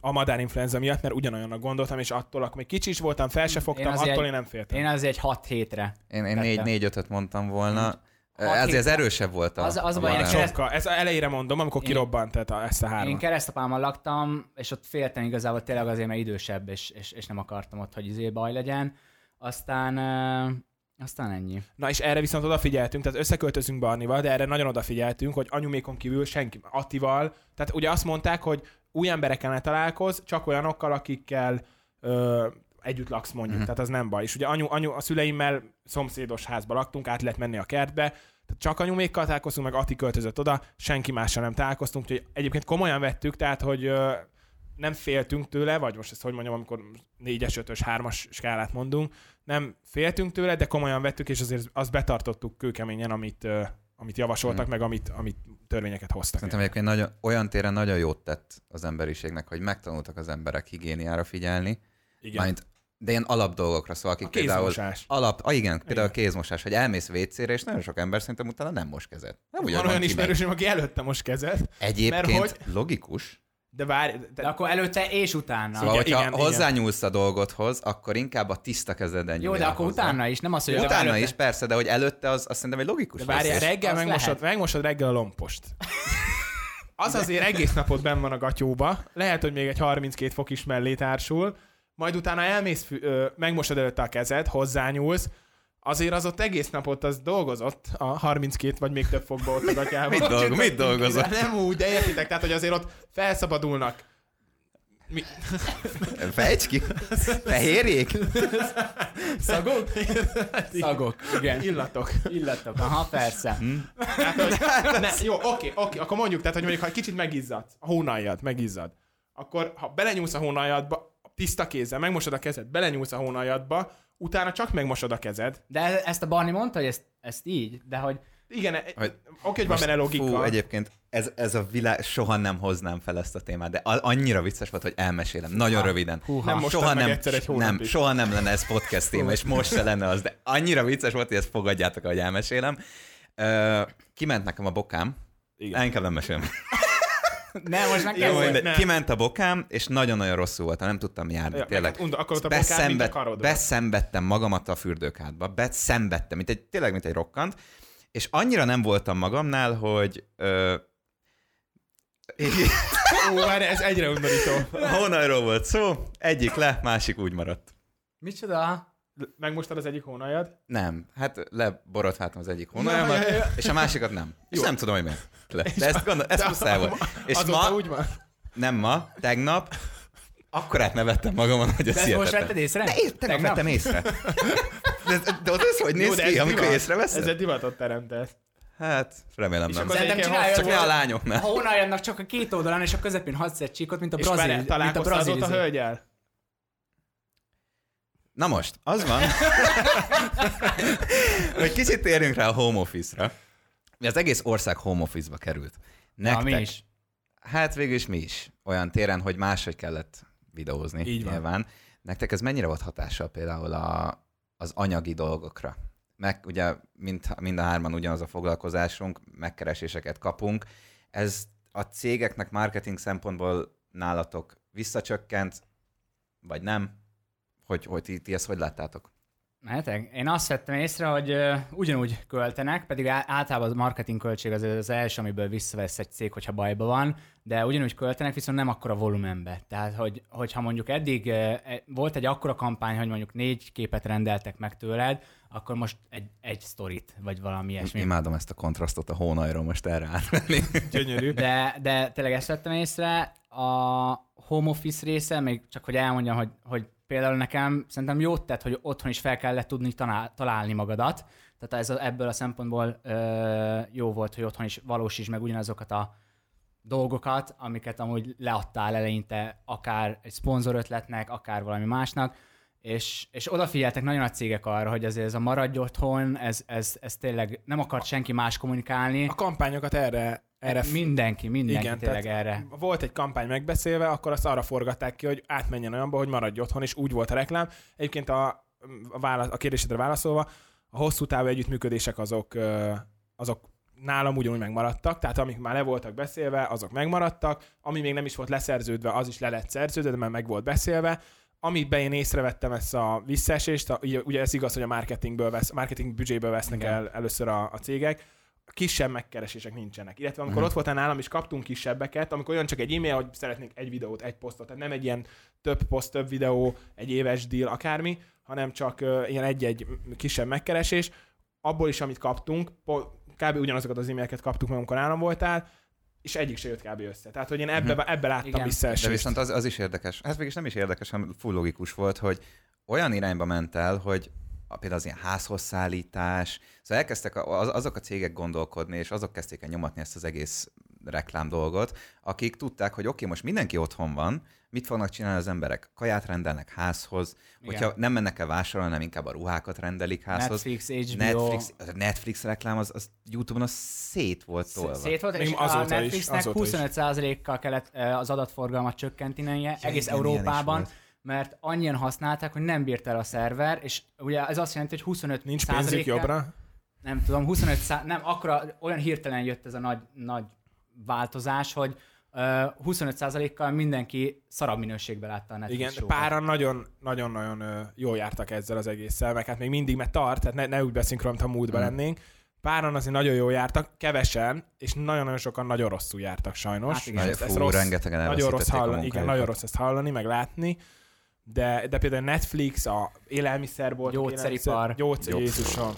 A: A madárinfluenza miatt, mert ugyanolyannak gondoltam, és attól, akkor még kicsi is voltam, fel se fogtam,
B: azért-
A: attól én nem féltem.
B: Én azért egy 6 hétre.
C: Én, én
B: Tettem.
C: négy, négy, ötöt mondtam volna. Ö,
B: Hat
C: Ezért
B: hét-
C: az erősebb volt a,
B: Az- az
C: a
B: baj,
C: banán.
B: nekem-
A: Sokkal. Ez elejére mondom, amikor
B: Én-
A: kirobbant tehát a, ezt a hármat.
B: Én keresztapámmal laktam, és ott féltem igazából tényleg azért, mert idősebb, és, és, és nem akartam ott, hogy izé baj legyen. Aztán, ö, aztán ennyi.
A: Na és erre viszont odafigyeltünk, tehát összeköltözünk Barnival, de erre nagyon odafigyeltünk, hogy anyumékon kívül senki, Attival, tehát ugye azt mondták, hogy új emberekkel ne találkozz, csak olyanokkal, akikkel ö, együtt laksz mondjuk, tehát az nem baj. És ugye anyu, anyu, a szüleimmel szomszédos házba laktunk, át lehet menni a kertbe, tehát csak anyumékkal találkoztunk, meg Ati költözött oda, senki mással nem találkoztunk, úgyhogy egyébként komolyan vettük, tehát hogy ö, nem féltünk tőle, vagy most ezt hogy mondjam, amikor 4-es, 5-ös, 3-as skálát mondunk, nem féltünk tőle, de komolyan vettük, és azért azt betartottuk kőkeményen, amit, ö, amit javasoltak, meg amit, amit törvényeket hoztak.
C: Mhm. Szerintem egyébként nagyon, olyan téren nagyon jót tett az emberiségnek, hogy megtanultak az emberek higiéniára figyelni.
A: Igen.
C: Mármint, de ilyen alap dolgokra, szóval akik
A: A
C: például...
A: kézmosás.
C: Alap, ah, igen, például a kézmosás, hogy elmész vécére, és nagyon sok ember szerintem utána nem mos kezet. Nem ugyan
A: Van olyan ismerősöm, aki előtte most kezet,
C: Egyébként
A: mert
C: logikus.
A: de várj, de,
B: De akkor előtte és utána.
C: Szóval,
A: Igen,
C: hogyha
A: igen, igen.
C: hozzányúlsz a dolgodhoz, akkor inkább a tiszta kezeden
B: Jó,
C: nyúljál
B: de akkor
C: hozzá.
B: utána is, nem az, hogy
C: Utána
B: előtte.
C: is, persze, de hogy előtte az, azt szerintem egy logikus
A: de várj,
C: lépés.
A: reggel
B: az
A: megmosod,
B: lehet.
A: megmosod reggel a lompost. Az azért egész napot benn van a gatyóba, lehet, hogy még egy 32 fok is mellé társul, majd utána elmész, fü- ö, megmosod előtte a kezed, hozzányúlsz, azért az ott egész napot az dolgozott a 32 vagy még több fokba ott a gatyában.
C: Mit, dolg, mit dolgozott?
A: De nem úgy, de értitek, tehát hogy azért ott felszabadulnak. Mi?
C: Fejtsd ki! Fehérjék!
B: Szagok? Szagok, igen.
A: Illatok.
B: Illatok. Aha, persze.
C: Hm?
A: Tehát, hogy, ne, jó, oké, oké, akkor mondjuk, tehát, hogy mondjuk, ha egy kicsit megizzadsz, a hónaljad, megizzad, akkor ha belenyúlsz a hónaljadba, tiszta kézzel, megmosod a kezed, belenyúlsz a hónaljadba, utána csak megmosod a kezed.
B: De e- ezt a Barni mondta, hogy ezt, ezt így, de hogy
A: Igen, e-
C: Hogy-
A: oké, hogy van benne logika.
C: Fú, egyébként ez, ez a világ, soha nem hoznám fel ezt a témát, de a- annyira vicces volt, hogy elmesélem. Nagyon rövidem.
B: Húha.
A: Nem mostad
C: soha
A: meg
C: nem,
A: egyszer egy hónapig.
C: nem, soha nem lenne ez podcast téma, és most se lenne az, de annyira vicces volt, hogy ezt fogadjátok, ahogy elmesélem. Ö, kiment nekem a bokám.
A: Igen.
C: Igen. Inkább nem mesélem.
B: nem, most meg
A: Jó,
B: kell
C: Jó,
A: hogy
B: szólni.
C: mindegy.
A: nem.
C: Kiment a bokám, és nagyon-nagyon rosszul voltam, nem tudtam járni,
A: Ja, meg
C: tényleg.
A: hát unda- akkor ott a
C: Ezt
A: bokád, mint a karodban.
C: Beszenvedtem magamat a fürdőkádba, beszenvedtem, mint egy, tényleg, mint egy rokkant, és annyira nem voltam magamnál, hogy ö,
A: Ó, erre ez egyre undorító.
C: hónajról volt szó, egyik le, másik úgy maradt.
B: Micsoda?
A: Megmostad az egyik hónaljad.
C: Nem, hát leborotváltam az egyik hónajamat,
A: Na, jaj, jaj.
C: és a másikat nem. És
A: Jó.
C: nem tudom, hogy miért. Le. De ezt gondolom, ezt muszáj volt. És
A: Azóta
C: ma,
A: úgy van.
C: nem ma, tegnap, akkor átnevettem magamon, hogy
B: De
C: ez
B: ezt most
C: hihetetlen.
B: vetted észre?
A: Hát
C: De ér- tegnap
B: Tegnap?
C: vettem észre. De, de ott az, hogy néz
A: Jó,
C: ki,
A: de ez
C: amikor
A: divat.
C: észreveszed?
A: Ez egy divatot teremtett.
C: Hát, remélem nem.
A: akkor-
B: Szerintem
A: Csak
B: csinálja
C: Csak ne a lányoknál.
B: A hónaljának csak a két oldalán és a közepén hadsz egy csíkot, mint a
A: És
B: brazil.
A: már
B: mint a
A: találkoztál
B: brazil
A: azóta a
B: izé.
A: hölgyel.
C: Na most, az van, hogy kicsit térjünk rá a home office-ra. Mi az egész ország home office-ba került.
B: Na,
C: Nektek,
B: mi is.
C: Hát végül is mi is. Olyan téren, hogy máshogy kellett videózni
A: Így van.
C: nyilván. Nektek ez mennyire volt hatással például a, az anyagi dolgokra? Meg ugye mind, mind a hárman ugyanaz a foglalkozásunk, megkereséseket kapunk. Ez a cégeknek marketing szempontból nálatok visszacsökkent, vagy nem? Hogy, hogy ti, ti ezt hogy láttátok?
B: Mehetek? Hát, Én azt vettem észre, hogy ö, ugyanúgy költenek, pedig á- általában a marketing költség az az első, amiből visszavesz egy cég, hogyha bajba van, de ugyanúgy költenek, viszont nem akkora volumenbe. Tehát, hogy, hogyha mondjuk eddig ö, e- volt egy akkora kampány, hogy mondjuk négy képet rendeltek meg tőled, akkor most egy, egy sztorit, vagy valami ilyesmi.
C: Imádom ezt a kontrasztot a hónajról most erre átvenni.
A: Gyönyörű.
B: De, de tényleg ezt vettem észre, a home office része, még csak hogy elmondjam, hogy, hogy például nekem szerintem jót tett, hogy otthon is fel kellett tudni tanál, találni magadat. Tehát ez a, ebből a szempontból ö, jó volt, hogy otthon is valósítsd meg ugyanazokat a dolgokat, amiket amúgy leadtál eleinte, akár egy szponzorötletnek, akár valami másnak, és, és odafigyeltek nagyon a cégek arra, hogy azért ez a maradj otthon, ez, ez, ez tényleg nem akart senki más kommunikálni.
A: A kampányokat erre, erre
B: Erre mindenki, mindenki Igen, tényleg
A: tehát
B: erre.
A: Volt egy kampány megbeszélve, akkor azt arra forgatták ki, hogy átmenjen olyanba, hogy maradj otthon, és úgy volt a reklám. Egyébként a, a, válasz, a kérdésedre válaszolva, a hosszú távú együttműködések azok, ö, azok nálam ugyanúgy megmaradtak, tehát amik már le voltak beszélve, azok megmaradtak, ami még nem is volt leszerződve, az is le lett szerződve, de már meg volt beszélve. Amiben én észrevettem ezt a visszaesést, a, ugye, ugye ez igaz, hogy a marketingből vesz, marketing büdzséből vesznek
B: Igen.
A: el először a, a cégek, kisebb megkeresések nincsenek. Illetve amikor
C: Mhm.
A: ott voltál nálam is kaptunk kisebbeket, amikor olyan csak egy e-mail, hogy szeretnénk egy videót, egy posztot, tehát nem egy ilyen több poszt, több videó, egy éves deal, akármi, hanem csak ö, ilyen egy-egy kisebb megkeresés. Abból is, amit kaptunk, po- kb. ugyanazokat az e-maileket kaptuk meg, amikor nálam voltál, és egyik se jött kb. össze. Tehát, hogy én ebbe, ebbe láttam
B: Igen.
A: visszaesést.
C: Mhm. De viszont az, az is érdekes, hát mégis nem is érdekes, hanem full logikus volt, hogy olyan irányba ment el, hogy a, például az ilyen házhozszállítás, szóval elkezdtek a, az, azok a cégek gondolkodni, és azok kezdték el nyomatni ezt az egész reklám dolgot, akik tudták, hogy oké, okay, most mindenki otthon van, mit fognak csinálni az emberek? Kaját rendelnek házhoz, hogyha nem mennek el vásárolni, hanem inkább a ruhákat rendelik házhoz.
B: Netflix, HBO.
C: Netflix, a Netflix reklám az, az YouTube-on az szét volt tolva.
B: Szét volt,
A: Még
B: és a
A: azóta is,
B: Netflixnek
A: azóta is.
B: 25%-kal kellett ö, az adatforgalmat csökkentenie egész
C: igen, ilyen
B: Európában,
C: is volt.
B: mert annyian használták, hogy nem bírt el a szerver, és ugye ez azt jelenti, hogy 25
A: Nincs pénzük jobbra?
B: Nem tudom, 25 szá- nem, akkora, olyan hirtelen jött ez a nagy, nagy változás, hogy ö, 25%-kal mindenki szarabb minőségben látta a Netflix
A: Igen, de
B: show-kat.
A: páran nagyon-nagyon-nagyon ö, jól jártak ezzel az egésszel, meg hát még mindig, mert tart, tehát ne, ne úgy beszélünk róla, mint ha
B: Mm.
A: múltban lennénk. Páran azért nagyon jól jártak, kevesen, és nagyon-nagyon sokan nagyon rosszul jártak sajnos.
B: Hát igen.
A: És
C: Nagy- fú, rengetegen
A: nagyon rossz
C: elveszítették a
A: hallani, igen,
C: munkájukat.
A: nagyon rossz ezt hallani, meg látni. De, de például Netflix, a élelmiszerbolt,
B: Gyógyszeripar.
A: élelmiszer- gyógyszer,
C: Jó.
A: Jézusom.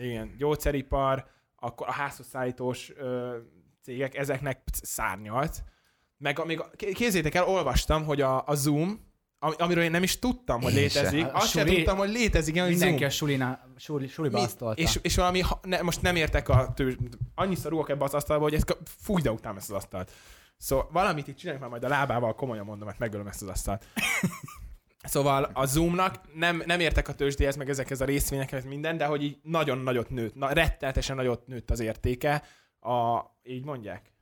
A: Igen, gyógyszeripar, akkor a házhozszállítós ö, cégek, ezeknek p- szárnyalt. Meg a- még, a- ké- képzétek el, olvastam, hogy a, a Zoom, ami- amiről én nem is tudtam, hogy
C: Én
A: létezik,
B: se. A- a
A: azt sem
B: suli-
A: tudtam, hogy létezik ilyen, hogy
B: Mindenki
A: Zoom.
B: a sulina, suli, suliba azt tolta.
A: és, és valami, ha- ne, most nem értek a tő, annyiszor rúgok ebbe az asztalba, hogy ezt, ka- fújj, de utálom ezt az asztalt. Szóval valamit itt csináljuk már majd a lábával, komolyan mondom, mert megölöm ezt az asztalt. Szóval a Zoomnak nem, nem értek a tőzsdéhez, meg ezekhez a részvényekhez minden, de hogy így nagyon nagyot nőtt, na, rettenetesen nagyot nőtt az értéke, a, így mondják?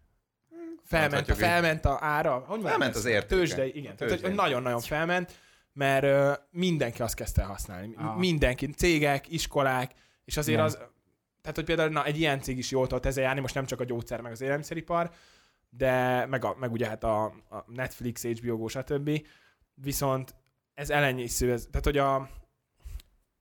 A: Felment, a,
C: Mondhatjuk Hát, így.
A: felment a ára. Hogy mondják
C: Felment
A: ezt?
C: az értéke.
A: Tőzsdei, igen. Tehát, hogy
C: Tőzsdei.
A: nagyon-nagyon felment, mert ö, mindenki azt kezdte el használni.
B: Aha.
A: Ah. Mindenki, cégek, iskolák, és azért
B: Igen.
A: az, tehát hogy például na, egy ilyen cég is jól tudott ezzel járni, most nem csak a gyógyszer, meg az élelmiszeripar, de meg, a, meg ugye hát a, a Netflix, HBO, Go, stb. Viszont ez elenyésző, ez, tehát hogy a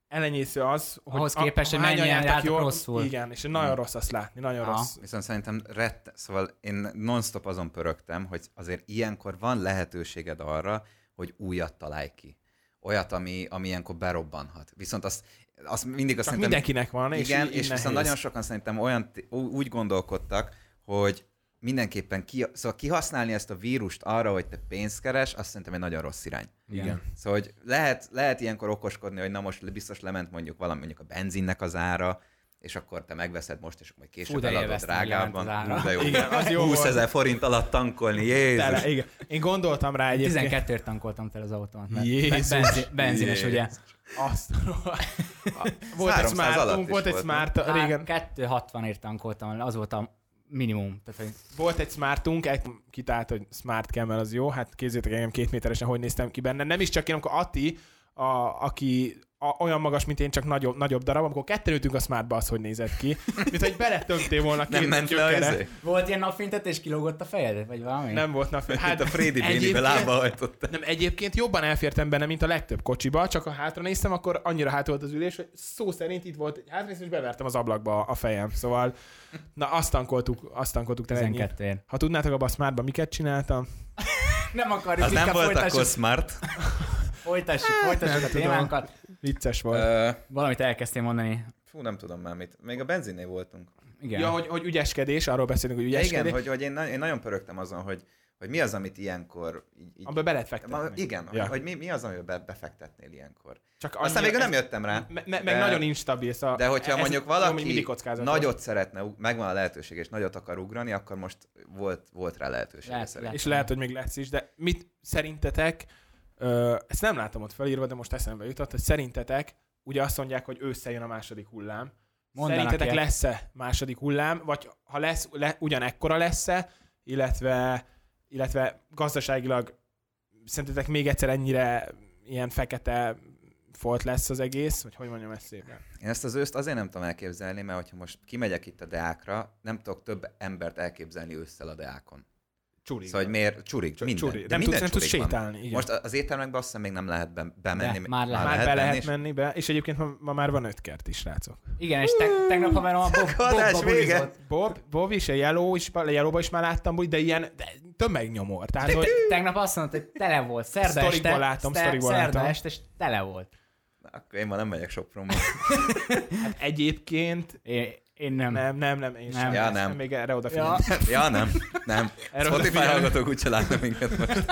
A: elenyésző az, hogy
B: Ahhoz
A: a-
B: képest, hogy
A: hányan
B: mennyien
A: jártak
B: jártak rosszul.
A: Igen, és nagyon rossz azt látni, nagyon
B: Aha.
A: rossz.
C: Viszont szerintem rett, szóval én non-stop azon pörögtem, hogy azért ilyenkor van lehetőséged arra, hogy újat találj ki. Olyat, ami, ami ilyenkor berobbanhat. Viszont azt, azt mindig azt
A: Csak
C: szerintem...
A: mindenkinek van, és
C: Igen,
A: így- így
C: és viszont
A: nehéz.
C: nagyon sokan szerintem olyan, t- ú- úgy gondolkodtak, hogy mindenképpen ki, szóval kihasználni ezt a vírust arra, hogy te pénzt keres, azt szerintem egy nagyon rossz irány.
B: Igen.
C: Szóval hogy lehet, lehet ilyenkor okoskodni, hogy na most biztos lement mondjuk valami, mondjuk a benzinnek az ára, és akkor te megveszed most, és akkor majd
B: Fú,
C: később
B: de
C: eladod
B: élveztem, hogy
C: drágában.
B: lement az ára.
C: Ú, de jó.
A: Igen, az jó
C: 20
A: volt.
C: ezer forint alatt tankolni, Jézus.
A: Tele, igen. Én gondoltam rá egyébként.
B: 12-ért tankoltam fel az autómat, mert
A: Jézus.
B: benzi, benzines, ugye?
A: Azt volt egy
C: 300 alatt
A: smart
C: is
A: volt egy
C: volt,
A: smart,
B: Á,
A: régen,
B: 260-ért tankoltam, az volt a minimum. Tehát, hogy
A: volt egy smartunk, egy kitalált, hogy smart camel az jó, hát képzeljétek engem két méteresen, hogy néztem ki benne. Nem is csak én, amikor Ati, a, aki a, olyan magas, mint én, csak nagyobb, nagyobb darab, amikor ketten ültünk a smartba, az hogy nézett ki, mint hogy beletömtél volna két
C: Nem ment le izé?
A: gyökere.
C: az
B: Volt ilyen napfintet, és kilógott a fejed, vagy valami?
A: Nem volt nap.
C: Hát a Frédi Bénibe
A: egyébként-
C: lába hajtott.
A: Nem, egyébként jobban elfértem benne, mint a legtöbb kocsiba, csak ha hátra néztem, akkor annyira hátul volt az ülés, hogy szó szerint itt volt egy hátrész, és bevertem az ablakba a fejem. Szóval, na azt tankoltuk, azt tankoltuk te ennyi.
B: 12
A: Ha tudnátok abban a smartban, miket csináltam,
B: Nem akarjuk,
C: Az nem
B: inkább
C: volt
B: folytassuk,
C: akkor smart.
B: folytassuk, folytassuk a
A: Hát, tudom.
B: témánkat.
A: vicces volt.
C: Ö,
B: Valamit elkezdtél mondani.
C: Fú, nem tudom már mit. Még a benzinnél voltunk.
B: Igen.
A: ja, hogy, hogy ügyeskedés, arról beszélünk, hogy
C: Ja,
A: ügyeskedés.
C: igen, hogy, hogy én, na- én nagyon pörögtem azon, hogy, hogy mi az, amit ilyenkor... Így, így,
A: Abba belet
C: ma,
A: fektetni.
C: igen,
A: Ja.
C: ja. hogy mi, mi az, amiben be, befektetnél ilyenkor.
A: Csak
C: Aztán
A: annyira-
C: végül nem jöttem rá.
A: Me- me- meg
C: de-
A: nagyon instabil. Szóval
C: De hogyha
A: ez-
C: mondjuk
A: jó, mindig
C: valaki
A: kockázatos.
C: nagyot szeretne, ug- megvan a lehetőség, és nagyot akar ugrani, akkor most volt, volt rá lehetőség.
B: Lehet,
C: szerintem.
A: És lehet, hogy még lesz is, de mit szerintetek, ö, ezt nem látom ott felírva, de most eszembe jutott, hogy szerintetek, ugye azt mondják, hogy ősszel jön a második hullám.
B: Mondanak
A: szerintetek
B: ilyet.
A: lesz-e második hullám, vagy ha lesz, le, ugyanekkora lesz-e, illetve, illetve gazdaságilag szerintetek még egyszer ennyire ilyen fekete folt lesz az egész, vagy hogy mondjam ezt szépen?
C: Én ezt az őszt azért nem tudom elképzelni, mert hogyha most kimegyek itt a deákra, nem tudok több embert elképzelni ősszel a deákon.
A: Csúrig.
C: Szóval, hogy miért? Csurik,
A: Csak
C: minden.
A: csuri.
C: De
A: Nem
C: minden
A: tudsz- nem tudsz
C: csurik van.
A: sétálni, igen.
C: Most a- az éttermekbe azt hiszem még nem lehet be- bemenni.
B: De, már lehet.
A: már be
C: menni,
A: lehet
C: és-
A: menni be, és egyébként ma, ma már van öt kert is, srácok.
B: Igen, és te, tegnap haverom a Bob,
C: Adás
B: Bobba
C: vége.
B: bulizott.
A: Bob, Bob is, a Yellow is, a Yellow-ba is már láttam, úgy, de ilyen de tömegnyomor. Tehát, hogy
B: Tegnap azt mondta, hogy tele volt. Szerda
A: Sztorikból
B: este,
A: látom, sztorikból
B: szerda
A: látom.
B: este, és tele volt.
C: Na, Akkor én ma nem megyek Sopronba.
A: hát egyébként
B: Én, én nem.
A: nem, nem, nem, én
B: Nem.
A: sem.
C: Ja,
A: Ezt
C: nem.
A: Még erre
B: Ja.
A: odafigyelünk.
C: ja, nem. Nem.
A: Erről
C: Spotify
A: odafigyelünk.
C: hallgatók úgy se látnak minket most.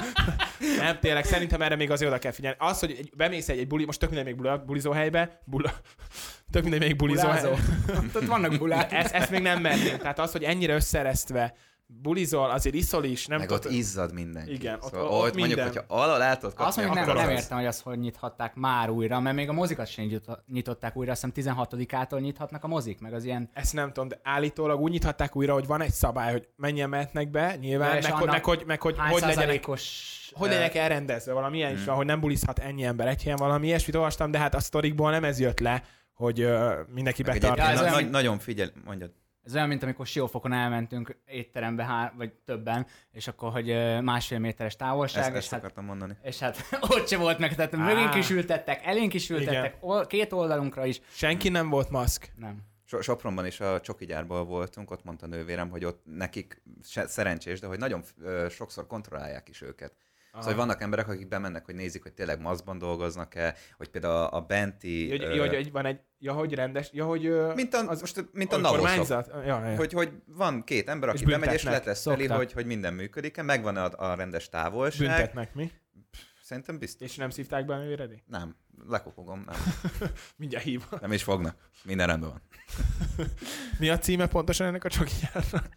A: Nem, tényleg, szerintem erre még azért oda kell figyelni. Az, hogy egy, bemész egy, egy buli, most tök mindegy még bula, bulizóhelybe, bula, tök mindegy még
B: Bulázó.
A: bulizóhelybe.
B: Ott vannak bulák.
A: Ezt, ezt még nem merném. Tehát az, hogy ennyire összeresztve bulizol, azért iszol is, nem
C: Meg ott izzad mindenki.
A: Igen, ott-
C: szóval,
A: ott
C: ott mondjuk,
A: minden.
C: hogyha alal el tudod
B: Azt
C: kapni,
B: mondjuk nem,
C: akkor
B: nem
C: az.
B: értem, hogy az, hogy nyithatták már újra, mert még a mozikat sem nyit- nyitották újra, azt hiszem 16-ától nyithatnak a mozik, meg az ilyen...
A: ezt nem tudom, de állítólag úgy nyithatták újra, hogy van egy szabály, hogy mennyien mehetnek be, nyilván,
B: Ja, és
A: meg, hogy,
B: annak
A: meg, hogy, meg hogy,
B: hány
A: hogy legyenek
B: százalékos...
A: hogy
B: ö,
A: legyenek elrendezve, valami ilyen
C: Mm.
A: is van, hogy nem bulizhat ennyi ember egy helyen, valami ilyesmit olvastam, de hát a sztorikból nem ez jött le, hogy ö, mindenki
C: Meg
A: betartja.
C: egyébként
B: Ja, ez
C: na-
B: olyan,
C: nagy-
B: mint-
C: Nagyon figyel, mondjad.
B: Ez olyan, mint amikor siófokon elmentünk étterembe, há- vagy többen, és akkor, hogy ö, másfél méteres távolság,
C: Ezt,
B: és
C: ezt
B: hát,
C: akartam mondani.
B: és hát ott se volt meg, tehát mögénk is ültettek, elénk is ültettek, ol- két oldalunkra is.
A: Senki nem volt maszk.
B: Nem.
C: So- Sopronban is a csokigyárban voltunk, ott mondta nővérem, hogy ott nekik se- szerencsés, de hogy nagyon ö, sokszor kontrollálják is őket. Aha. Szóval hogy vannak emberek, akik bemennek, hogy nézik, hogy tényleg maszkban dolgoznak-e, hogy például a, a benti...
A: Hogy,
C: ö,
A: hogy, hogy van egy, ja, hogy rendes, ja, hogy ö,
C: mint a, az, most, mint a
A: hogy
C: navosok.
A: kormányzat? Ja, ja.
C: Hogy, hogy van két ember,
A: És
C: aki bemegy és
A: büntetnek,
C: leteszteli,
A: szokták.
C: hogy, hogy minden működik-e, megvan a, a rendes távolság.
A: büntetnek mi?
C: Szerintem biztos.
A: És nem szívták be a művéredi?
C: Nem, lekopogom, nem,
A: Mindjárt hív.
C: nem is fognak. Minden rendben van.
A: Mi a címe pontosan ennek a csokijának?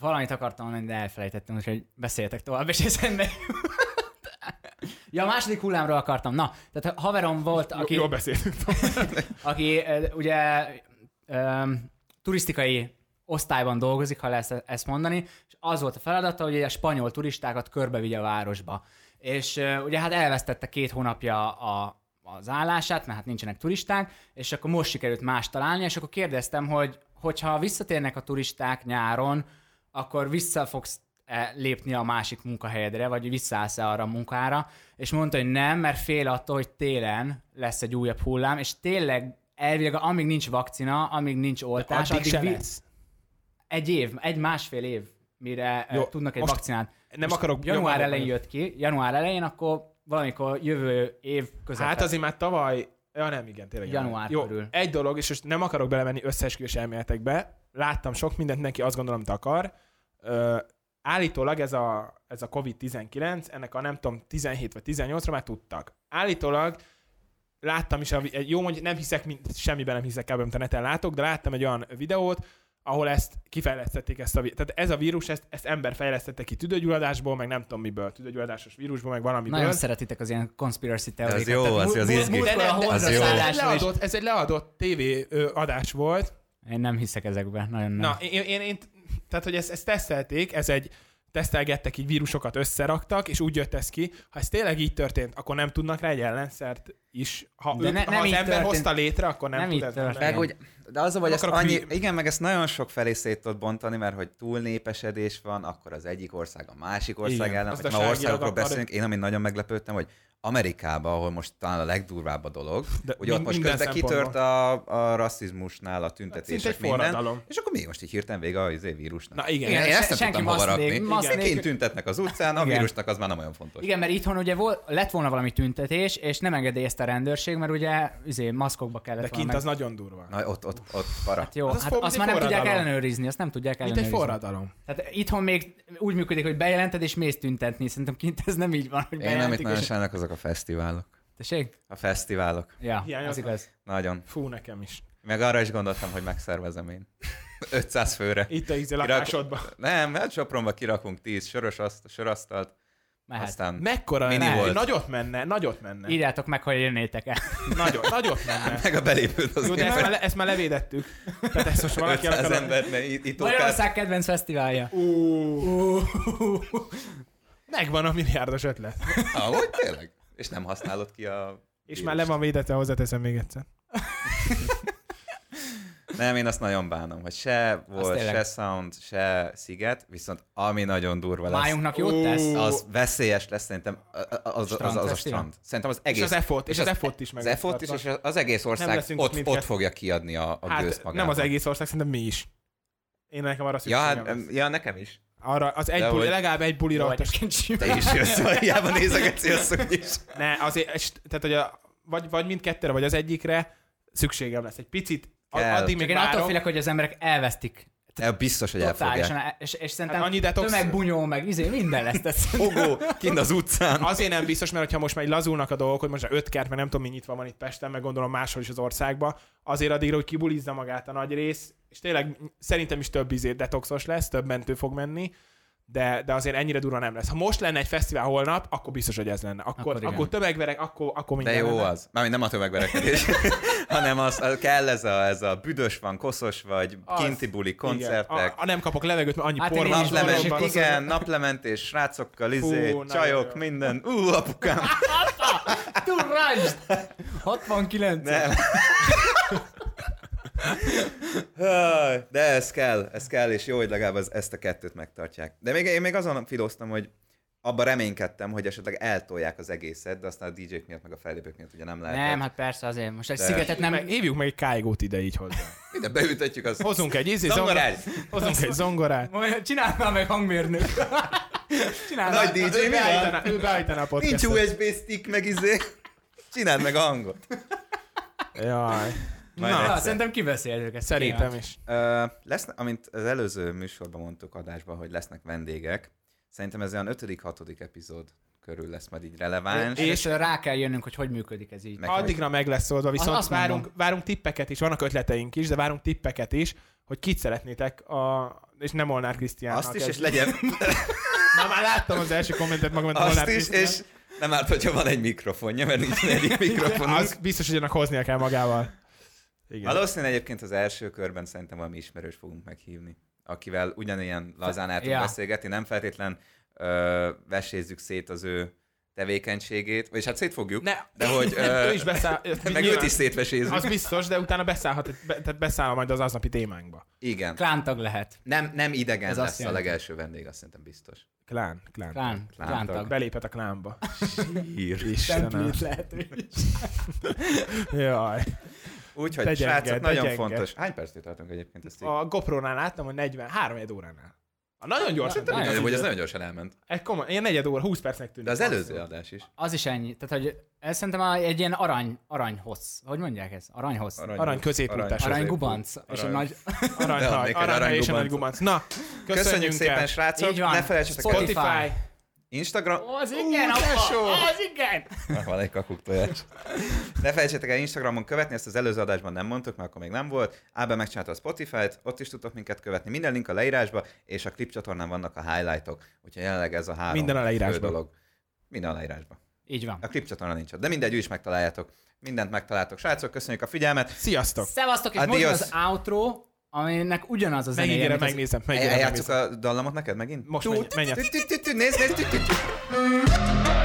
B: Valamit akartam mondani, de elfelejtettem, úgyhogy beszéltek tovább, és eszembe jut. Ja, a második hullámról akartam. Na, tehát haverom volt, aki...
A: Jól beszéltünk.
B: aki ö, ugye ö, turisztikai osztályban dolgozik, ha lesz ezt mondani, és az volt a feladata, hogy a spanyol turistákat körbevigye a városba. És ö, ugye hát elvesztette két hónapja a, az állását, mert hát nincsenek turisták, és akkor most sikerült más találni, és akkor kérdeztem, hogy hogyha visszatérnek a turisták nyáron, akkor vissza fogsz e, lépni a másik munkahelyedre, vagy visszaállsz-e arra a munkára, és mondta, hogy nem, mert fél attól, hogy télen lesz egy újabb hullám, és tényleg elvileg amíg nincs vakcina, amíg nincs oltás,
A: Addig se
B: vi-
A: lesz.
B: egy év, egy másfél év, mire Jó,
A: Jó,
B: tudnak egy
A: most
B: vakcinát.
A: nem akarok
B: Január
A: jobban
B: elején
A: mondani.
B: jött ki, január elején, akkor valamikor jövő év közepén.
A: Hát azért már tavaly, ja nem, igen, tényleg.
B: Január
A: január.
B: körül.
A: egy dolog, és most nem akarok belemenni összeesküvés elméletekbe, láttam sok mindent, neki azt gondolom, amit akar. Ö, állítólag ez a, ez a COVID-19, ennek a nem tudom, 17 vagy 18-ra már tudtak. Állítólag láttam is, a, vi- egy- jó mondjuk nem hiszek, mint, semmiben nem hiszek el, amit a neten látok, de láttam egy olyan videót, ahol ezt kifejlesztették ezt a vi- Tehát ez a vírus, ezt, ezt ember fejlesztette ki tüdőgyulladásból, meg nem tudom miből, tüdőgyulladásos vírusból, meg valamiből.
B: Nagyon szeretitek az ilyen conspiracy teóriákat.
C: jó,
B: Tehát
C: az-
B: mu-
C: az
B: mu-
C: izgi.
B: múltkor
A: De
B: a
A: nem, de-
B: holdra
C: az jó.
A: Ez egy
B: szállásról is-
A: leadott, ez egy leadott TV ö, adás volt.
B: Én nem hiszek ezekbe, nagyon nem.
A: Na, én, én, én tehát, hogy ezt, ezt tesztelték, ez egy tesztelgettek, így vírusokat összeraktak, és úgy jött ez ki, ha ez tényleg így történt, akkor nem tudnak rá egy ellenszert is, ha,
B: De
A: ő,
B: ne-
A: ha
B: nem
A: az
B: így
A: ember
B: történt.
A: hozta létre, akkor nem,
B: Nem
A: tud
B: így
A: ez
B: történt.
C: Meg úgy, de az, hogy
A: Nem
C: ezt
A: akarok
C: annyi,
A: hülye-
C: igen, meg ezt nagyon sok felé szét tudod bontani, mert hogy túl népesedés van, akkor az egyik ország a másik ország
A: Igen,
C: igen, ellen, hogy ma
A: gazdaságilag
C: országokról
A: akar-
C: beszélünk, én amin nagyon meglepődtem, hogy Amerikában, ahol most talán a legdurvább a dolog,
A: De
C: de ugye ott
A: min-
C: most
A: minden
C: közben kitört a, a rasszizmusnál a tüntetések,
A: egy forradalom.
C: minden, és akkor mi most így hirtelen vége a izé vírusnak?
A: Na igen.
C: Én, én
B: se-
C: ezt nem
B: senki
C: tudtam hova
B: maszk
C: rakni.
B: nélkül- maszk
C: Igen. Kint
B: nélkül-
C: tüntetnek az utcán, a
B: Igen.
C: vírusnak az már nem olyan fontos.
B: Igen, mert itthon ugye volt, lett volna valami tüntetés, és nem engedélyezte a rendőrség, mert ugye izé, maszkokba kellett
A: De kint
B: volna
A: az nagyon durva.
C: Na, ott, ott, ott, para.
B: Hát jó,
A: Az
B: az
A: az
B: hát
A: for-
B: azt
A: mint
B: már nem tudják
A: forradalom.
B: ellenőrizni, azt nem tudják
A: Mint egy
B: ellenőrizni.
A: forradalom.
B: Tehát itthon még úgy működik, hogy bejelented és mész tüntetni, szerintem kint ez nem így van, hogy
C: Én amit
B: bejelentik
C: nagyon
B: és...
C: sajnálok, azok a fesztiválok.
B: Tessék?
C: A fesztiválok.
B: Ja,
A: Hiányoznak.
B: az igaz.
C: Nagyon.
A: Fú, nekem is.
C: Meg arra is gondoltam, hogy megszervezem én. 500 főre.
A: Itt a ízé
C: Kirak-
A: lakásodban.
C: Nem, hát Sopronba kirakunk 10 soros azt, sorasztalt,
B: Mehet.
C: aztán...
A: Mekkora
C: Mini
A: ne,
C: volt.
A: Nagyot menne, nagyot menne.
B: Írjátok meg, ha jönnétek el.
A: Nagyot, nagyot menne.
C: Meg a belépőt az
A: Jó, de ezt már, le, ezt már levédettük. Tehát ezt most valaki el
C: 500
A: akar...
C: ember, ne, itt, itt okát.
B: Magyarország kedvenc fesztiválja.
A: Ú, megvan a milliárdos ötlet.
C: Amúgy tényleg. És nem használod ki a...
A: És
C: vírust.
A: már le van védetve, hozzáteszem még egyszer.
C: Nem, én azt nagyon bánom, hogy se volt,
B: tényleg.
C: se sound, se sziget, viszont ami nagyon durva lesz,
B: Májunknak jót
A: Ú.
B: tesz.
C: az veszélyes lesz szerintem az, az, az, az, az a
B: Strandfesztivál?
C: strand. Szerintem az
A: És
C: egész
A: az effort, és az effort is meg.
C: az effort is, és az egész ország
A: leszünk
C: ott,
A: mindkettő.
C: ott fogja kiadni a, a gőzt
A: Hát
C: magát.
A: nem az egész ország, szerintem mi is. Én nekem arra
C: Ja,
A: szükségem
C: hát,
A: ja,
C: em, ja, nekem is.
A: Arra az egy
C: de
A: buli,
C: hogy-
A: legalább egy bulira
B: Jó,
A: ott a
B: egyébként simán.
C: Te is jössz, hiába nézegetsz, jössz úgyis.
A: Ne, azért, és- tehát hogy a, vagy, vagy mindkettőre, vagy az egyikre szükségem lesz. Egy picit, a-
C: Kell.
A: addig
B: Csak
A: még
B: én attól
A: várom.
B: félek, hogy az emberek elvesztik.
C: De biztos, hogy elfogják.
B: Totálisan. el- És, és szerintem
A: Hát annyi
B: annyi
A: detox-
B: tömegbunyó, meg izé, minden lesz. Tehát
C: Fogó, kint az utcán.
A: Azért nem biztos, mert ha most már így lazulnak a dolgok, hogy most már öt kert, mert nem tudom, mi nyitva van itt Pesten, meg gondolom máshol is az országban, azért addigra, hogy kibulizza magát a nagy rész, és tényleg szerintem is több izé detoxos lesz, több mentő fog menni, de, de azért ennyire durva nem lesz. Ha most lenne egy fesztivál holnap, akkor biztos, hogy ez lenne. Akkor,
B: Akkor
A: akkor,
B: igen.
A: akkor tömegverek, akkor, akkor
C: De
A: minden
C: jó
A: lenne.
C: az. Mármint nem a tömegverekedés, hanem az, az kell ez a, ez a büdös van, koszos vagy,
A: Az.
C: kinti buli,
A: Igen.
C: koncertek.
A: A, a, nem kapok levegőt, mert annyi
B: Hát
A: hát
B: én
A: por
B: is
A: van.
C: Naplementés,
A: soromban.
C: igen, naplementés, srácokkal, izé,
A: Fú, nagyon
C: csajok,
A: jó.
C: minden. Ú, apukám.
B: Turrajst! 69.
C: Nem. Haj, De ez kell, ez kell, és jó, hogy legalább az, ezt a kettőt megtartják. De még, én még azon filóztam, hogy abban reménykedtem, hogy esetleg eltolják az egészet, de aztán a DJ-k miatt, meg a fellépők miatt ugye nem lehet.
B: Nem, hát persze azért. Most egy
C: De-
B: szigetet nem...
A: Meg, hívjuk meg egy kájgót ide így hozzá.
C: Ide beütetjük az...
A: Hozunk egy ízi,
C: Zongorát!
A: hozunk egy zongorát.
B: Majd Csináld már meg hangmérnök. Csináld
C: Nagy
B: már-
C: díj.
A: Ő
C: mi
A: beállítaná, ő beállítaná a
C: Nincs
A: podcastot.
C: USB stick, meg izé. Csináld meg a hangot.
A: Jaj.
C: Majd
A: Na,
B: Na,
C: egyszer.
B: szerintem kibeszéltük ezt.
A: Szerintem is.
C: Ö, lesznek, amint az előző műsorban mondtuk adásban, hogy lesznek vendégek, szerintem ez olyan ötödik, hatodik epizód körül lesz majd így releváns.
B: És rá kell jönnünk, hogy hogy működik ez így.
C: Meg-
A: Addigra meg lesz oldva, viszont
B: azt
A: várunk,
B: mondom.
A: várunk tippeket is, vannak ötleteink is, de várunk tippeket is, hogy kit szeretnétek, a, és nem Molnár Krisztiánnal
C: Azt is, és
A: kezdjük.
C: legyen,
A: Na, már láttam az első kommentet magam, mint
C: Azt
A: Molnár
C: is,
A: Krisztián.
C: és nem árt, hogyha van egy mikrofonja, mert nincs egy mikrofon.
A: Az biztos, hogy annak hoznia kell magával. Igen.
C: Valószínűleg egyébként az első körben szerintem valami ismerős fogunk meghívni, akivel ugyanilyen lazán el tudunk
B: Ja.
C: beszélgetni, nem feltétlen ö, vesézzük szét az ő tevékenységét, vagyis hát szét fogjuk,
A: Ne,
C: de hogy
A: ő
C: ö,
A: is beszáll,
C: meg őt is szétvesézzük.
A: Az biztos, de utána beszállhat, be, tehát beszáll majd az aznapi témánkba.
C: Igen.
B: Klántag lehet.
C: Nem, nem idegen
B: Ez
C: Ez
B: azt
C: lesz a
B: jelenti.
C: legelső vendég, azt szerintem biztos.
A: Klán, klán.
B: Klán,
C: Klántag.
B: klántag.
A: Belépett a klánba.
C: Hír.
A: Istenem.
B: Templét lehet ő is.
A: Jaj. Te
C: Úgyhogy
A: gyenge,
C: srácok,
A: te
C: nagyon
A: gyenge.
C: fontos. Hány percet tartunk egyébként ezt így?
A: A GoPro-nál láttam, hogy 43 óránál. A nagyon gyorsan.
B: Na,
A: tudod,
C: Nagyon,
A: így-
C: hogy ez nagyon gyorsan elment.
A: Egy komoly, ilyen negyed óra, 20 percnek tűnik.
C: De az előző
A: Abszolút.
C: adás is.
B: Az is ennyi. Tehát, hogy ez szerintem a- egy ilyen arany, aranyhossz. Hogy mondják ez? Aranyhossz. Arany,
A: Arany középutas.
B: arany gubanc. És a
C: Arany.
B: nagy...
C: De
A: Aranyhaj,
C: annak egy
A: aranyhaj és a
C: aranygubanc.
A: nagy gubanc. Na, köszönjük,
C: Köszönjük szépen,
A: el.
C: srácok.
B: Így van.
C: Ne felejtsetek el.
B: Spotify.
A: Spotify.
C: Instagram...
B: Ó, Az igen, apa! Ó, Az igen!
C: Ah, Van egy kakuk tojás. Ne felejtsétek el Instagramon követni, ezt az előző adásban nem mondtuk, mert akkor még nem volt. Ábel megcsinálta a Spotify-t, ott is tudtok minket követni. Minden link a leírásba, és a klip csatornán vannak a highlightok. Úgyhogy jelenleg ez a három
A: Minden a leírásban.
C: fő dolog. Minden a leírásban.
B: Így van.
C: A klip csatorna nincs ott, de mindegy, úgy is megtaláljátok. Mindent megtaláltok. Srácok, köszönjük a figyelmet.
A: Sziasztok.
B: Szevasztok, és most
C: Adios.
B: jön az outro, aminek ugyanaz a zenéje.
A: Megígérem,
B: mint az-
A: megnézem. Megígérem,
C: Eljátszuk
A: megnézem.
C: a dallamot neked megint?
A: Most menj, menj.
C: Tü- tü- tü- tü- Nézd, nézd, tü- tü- tü.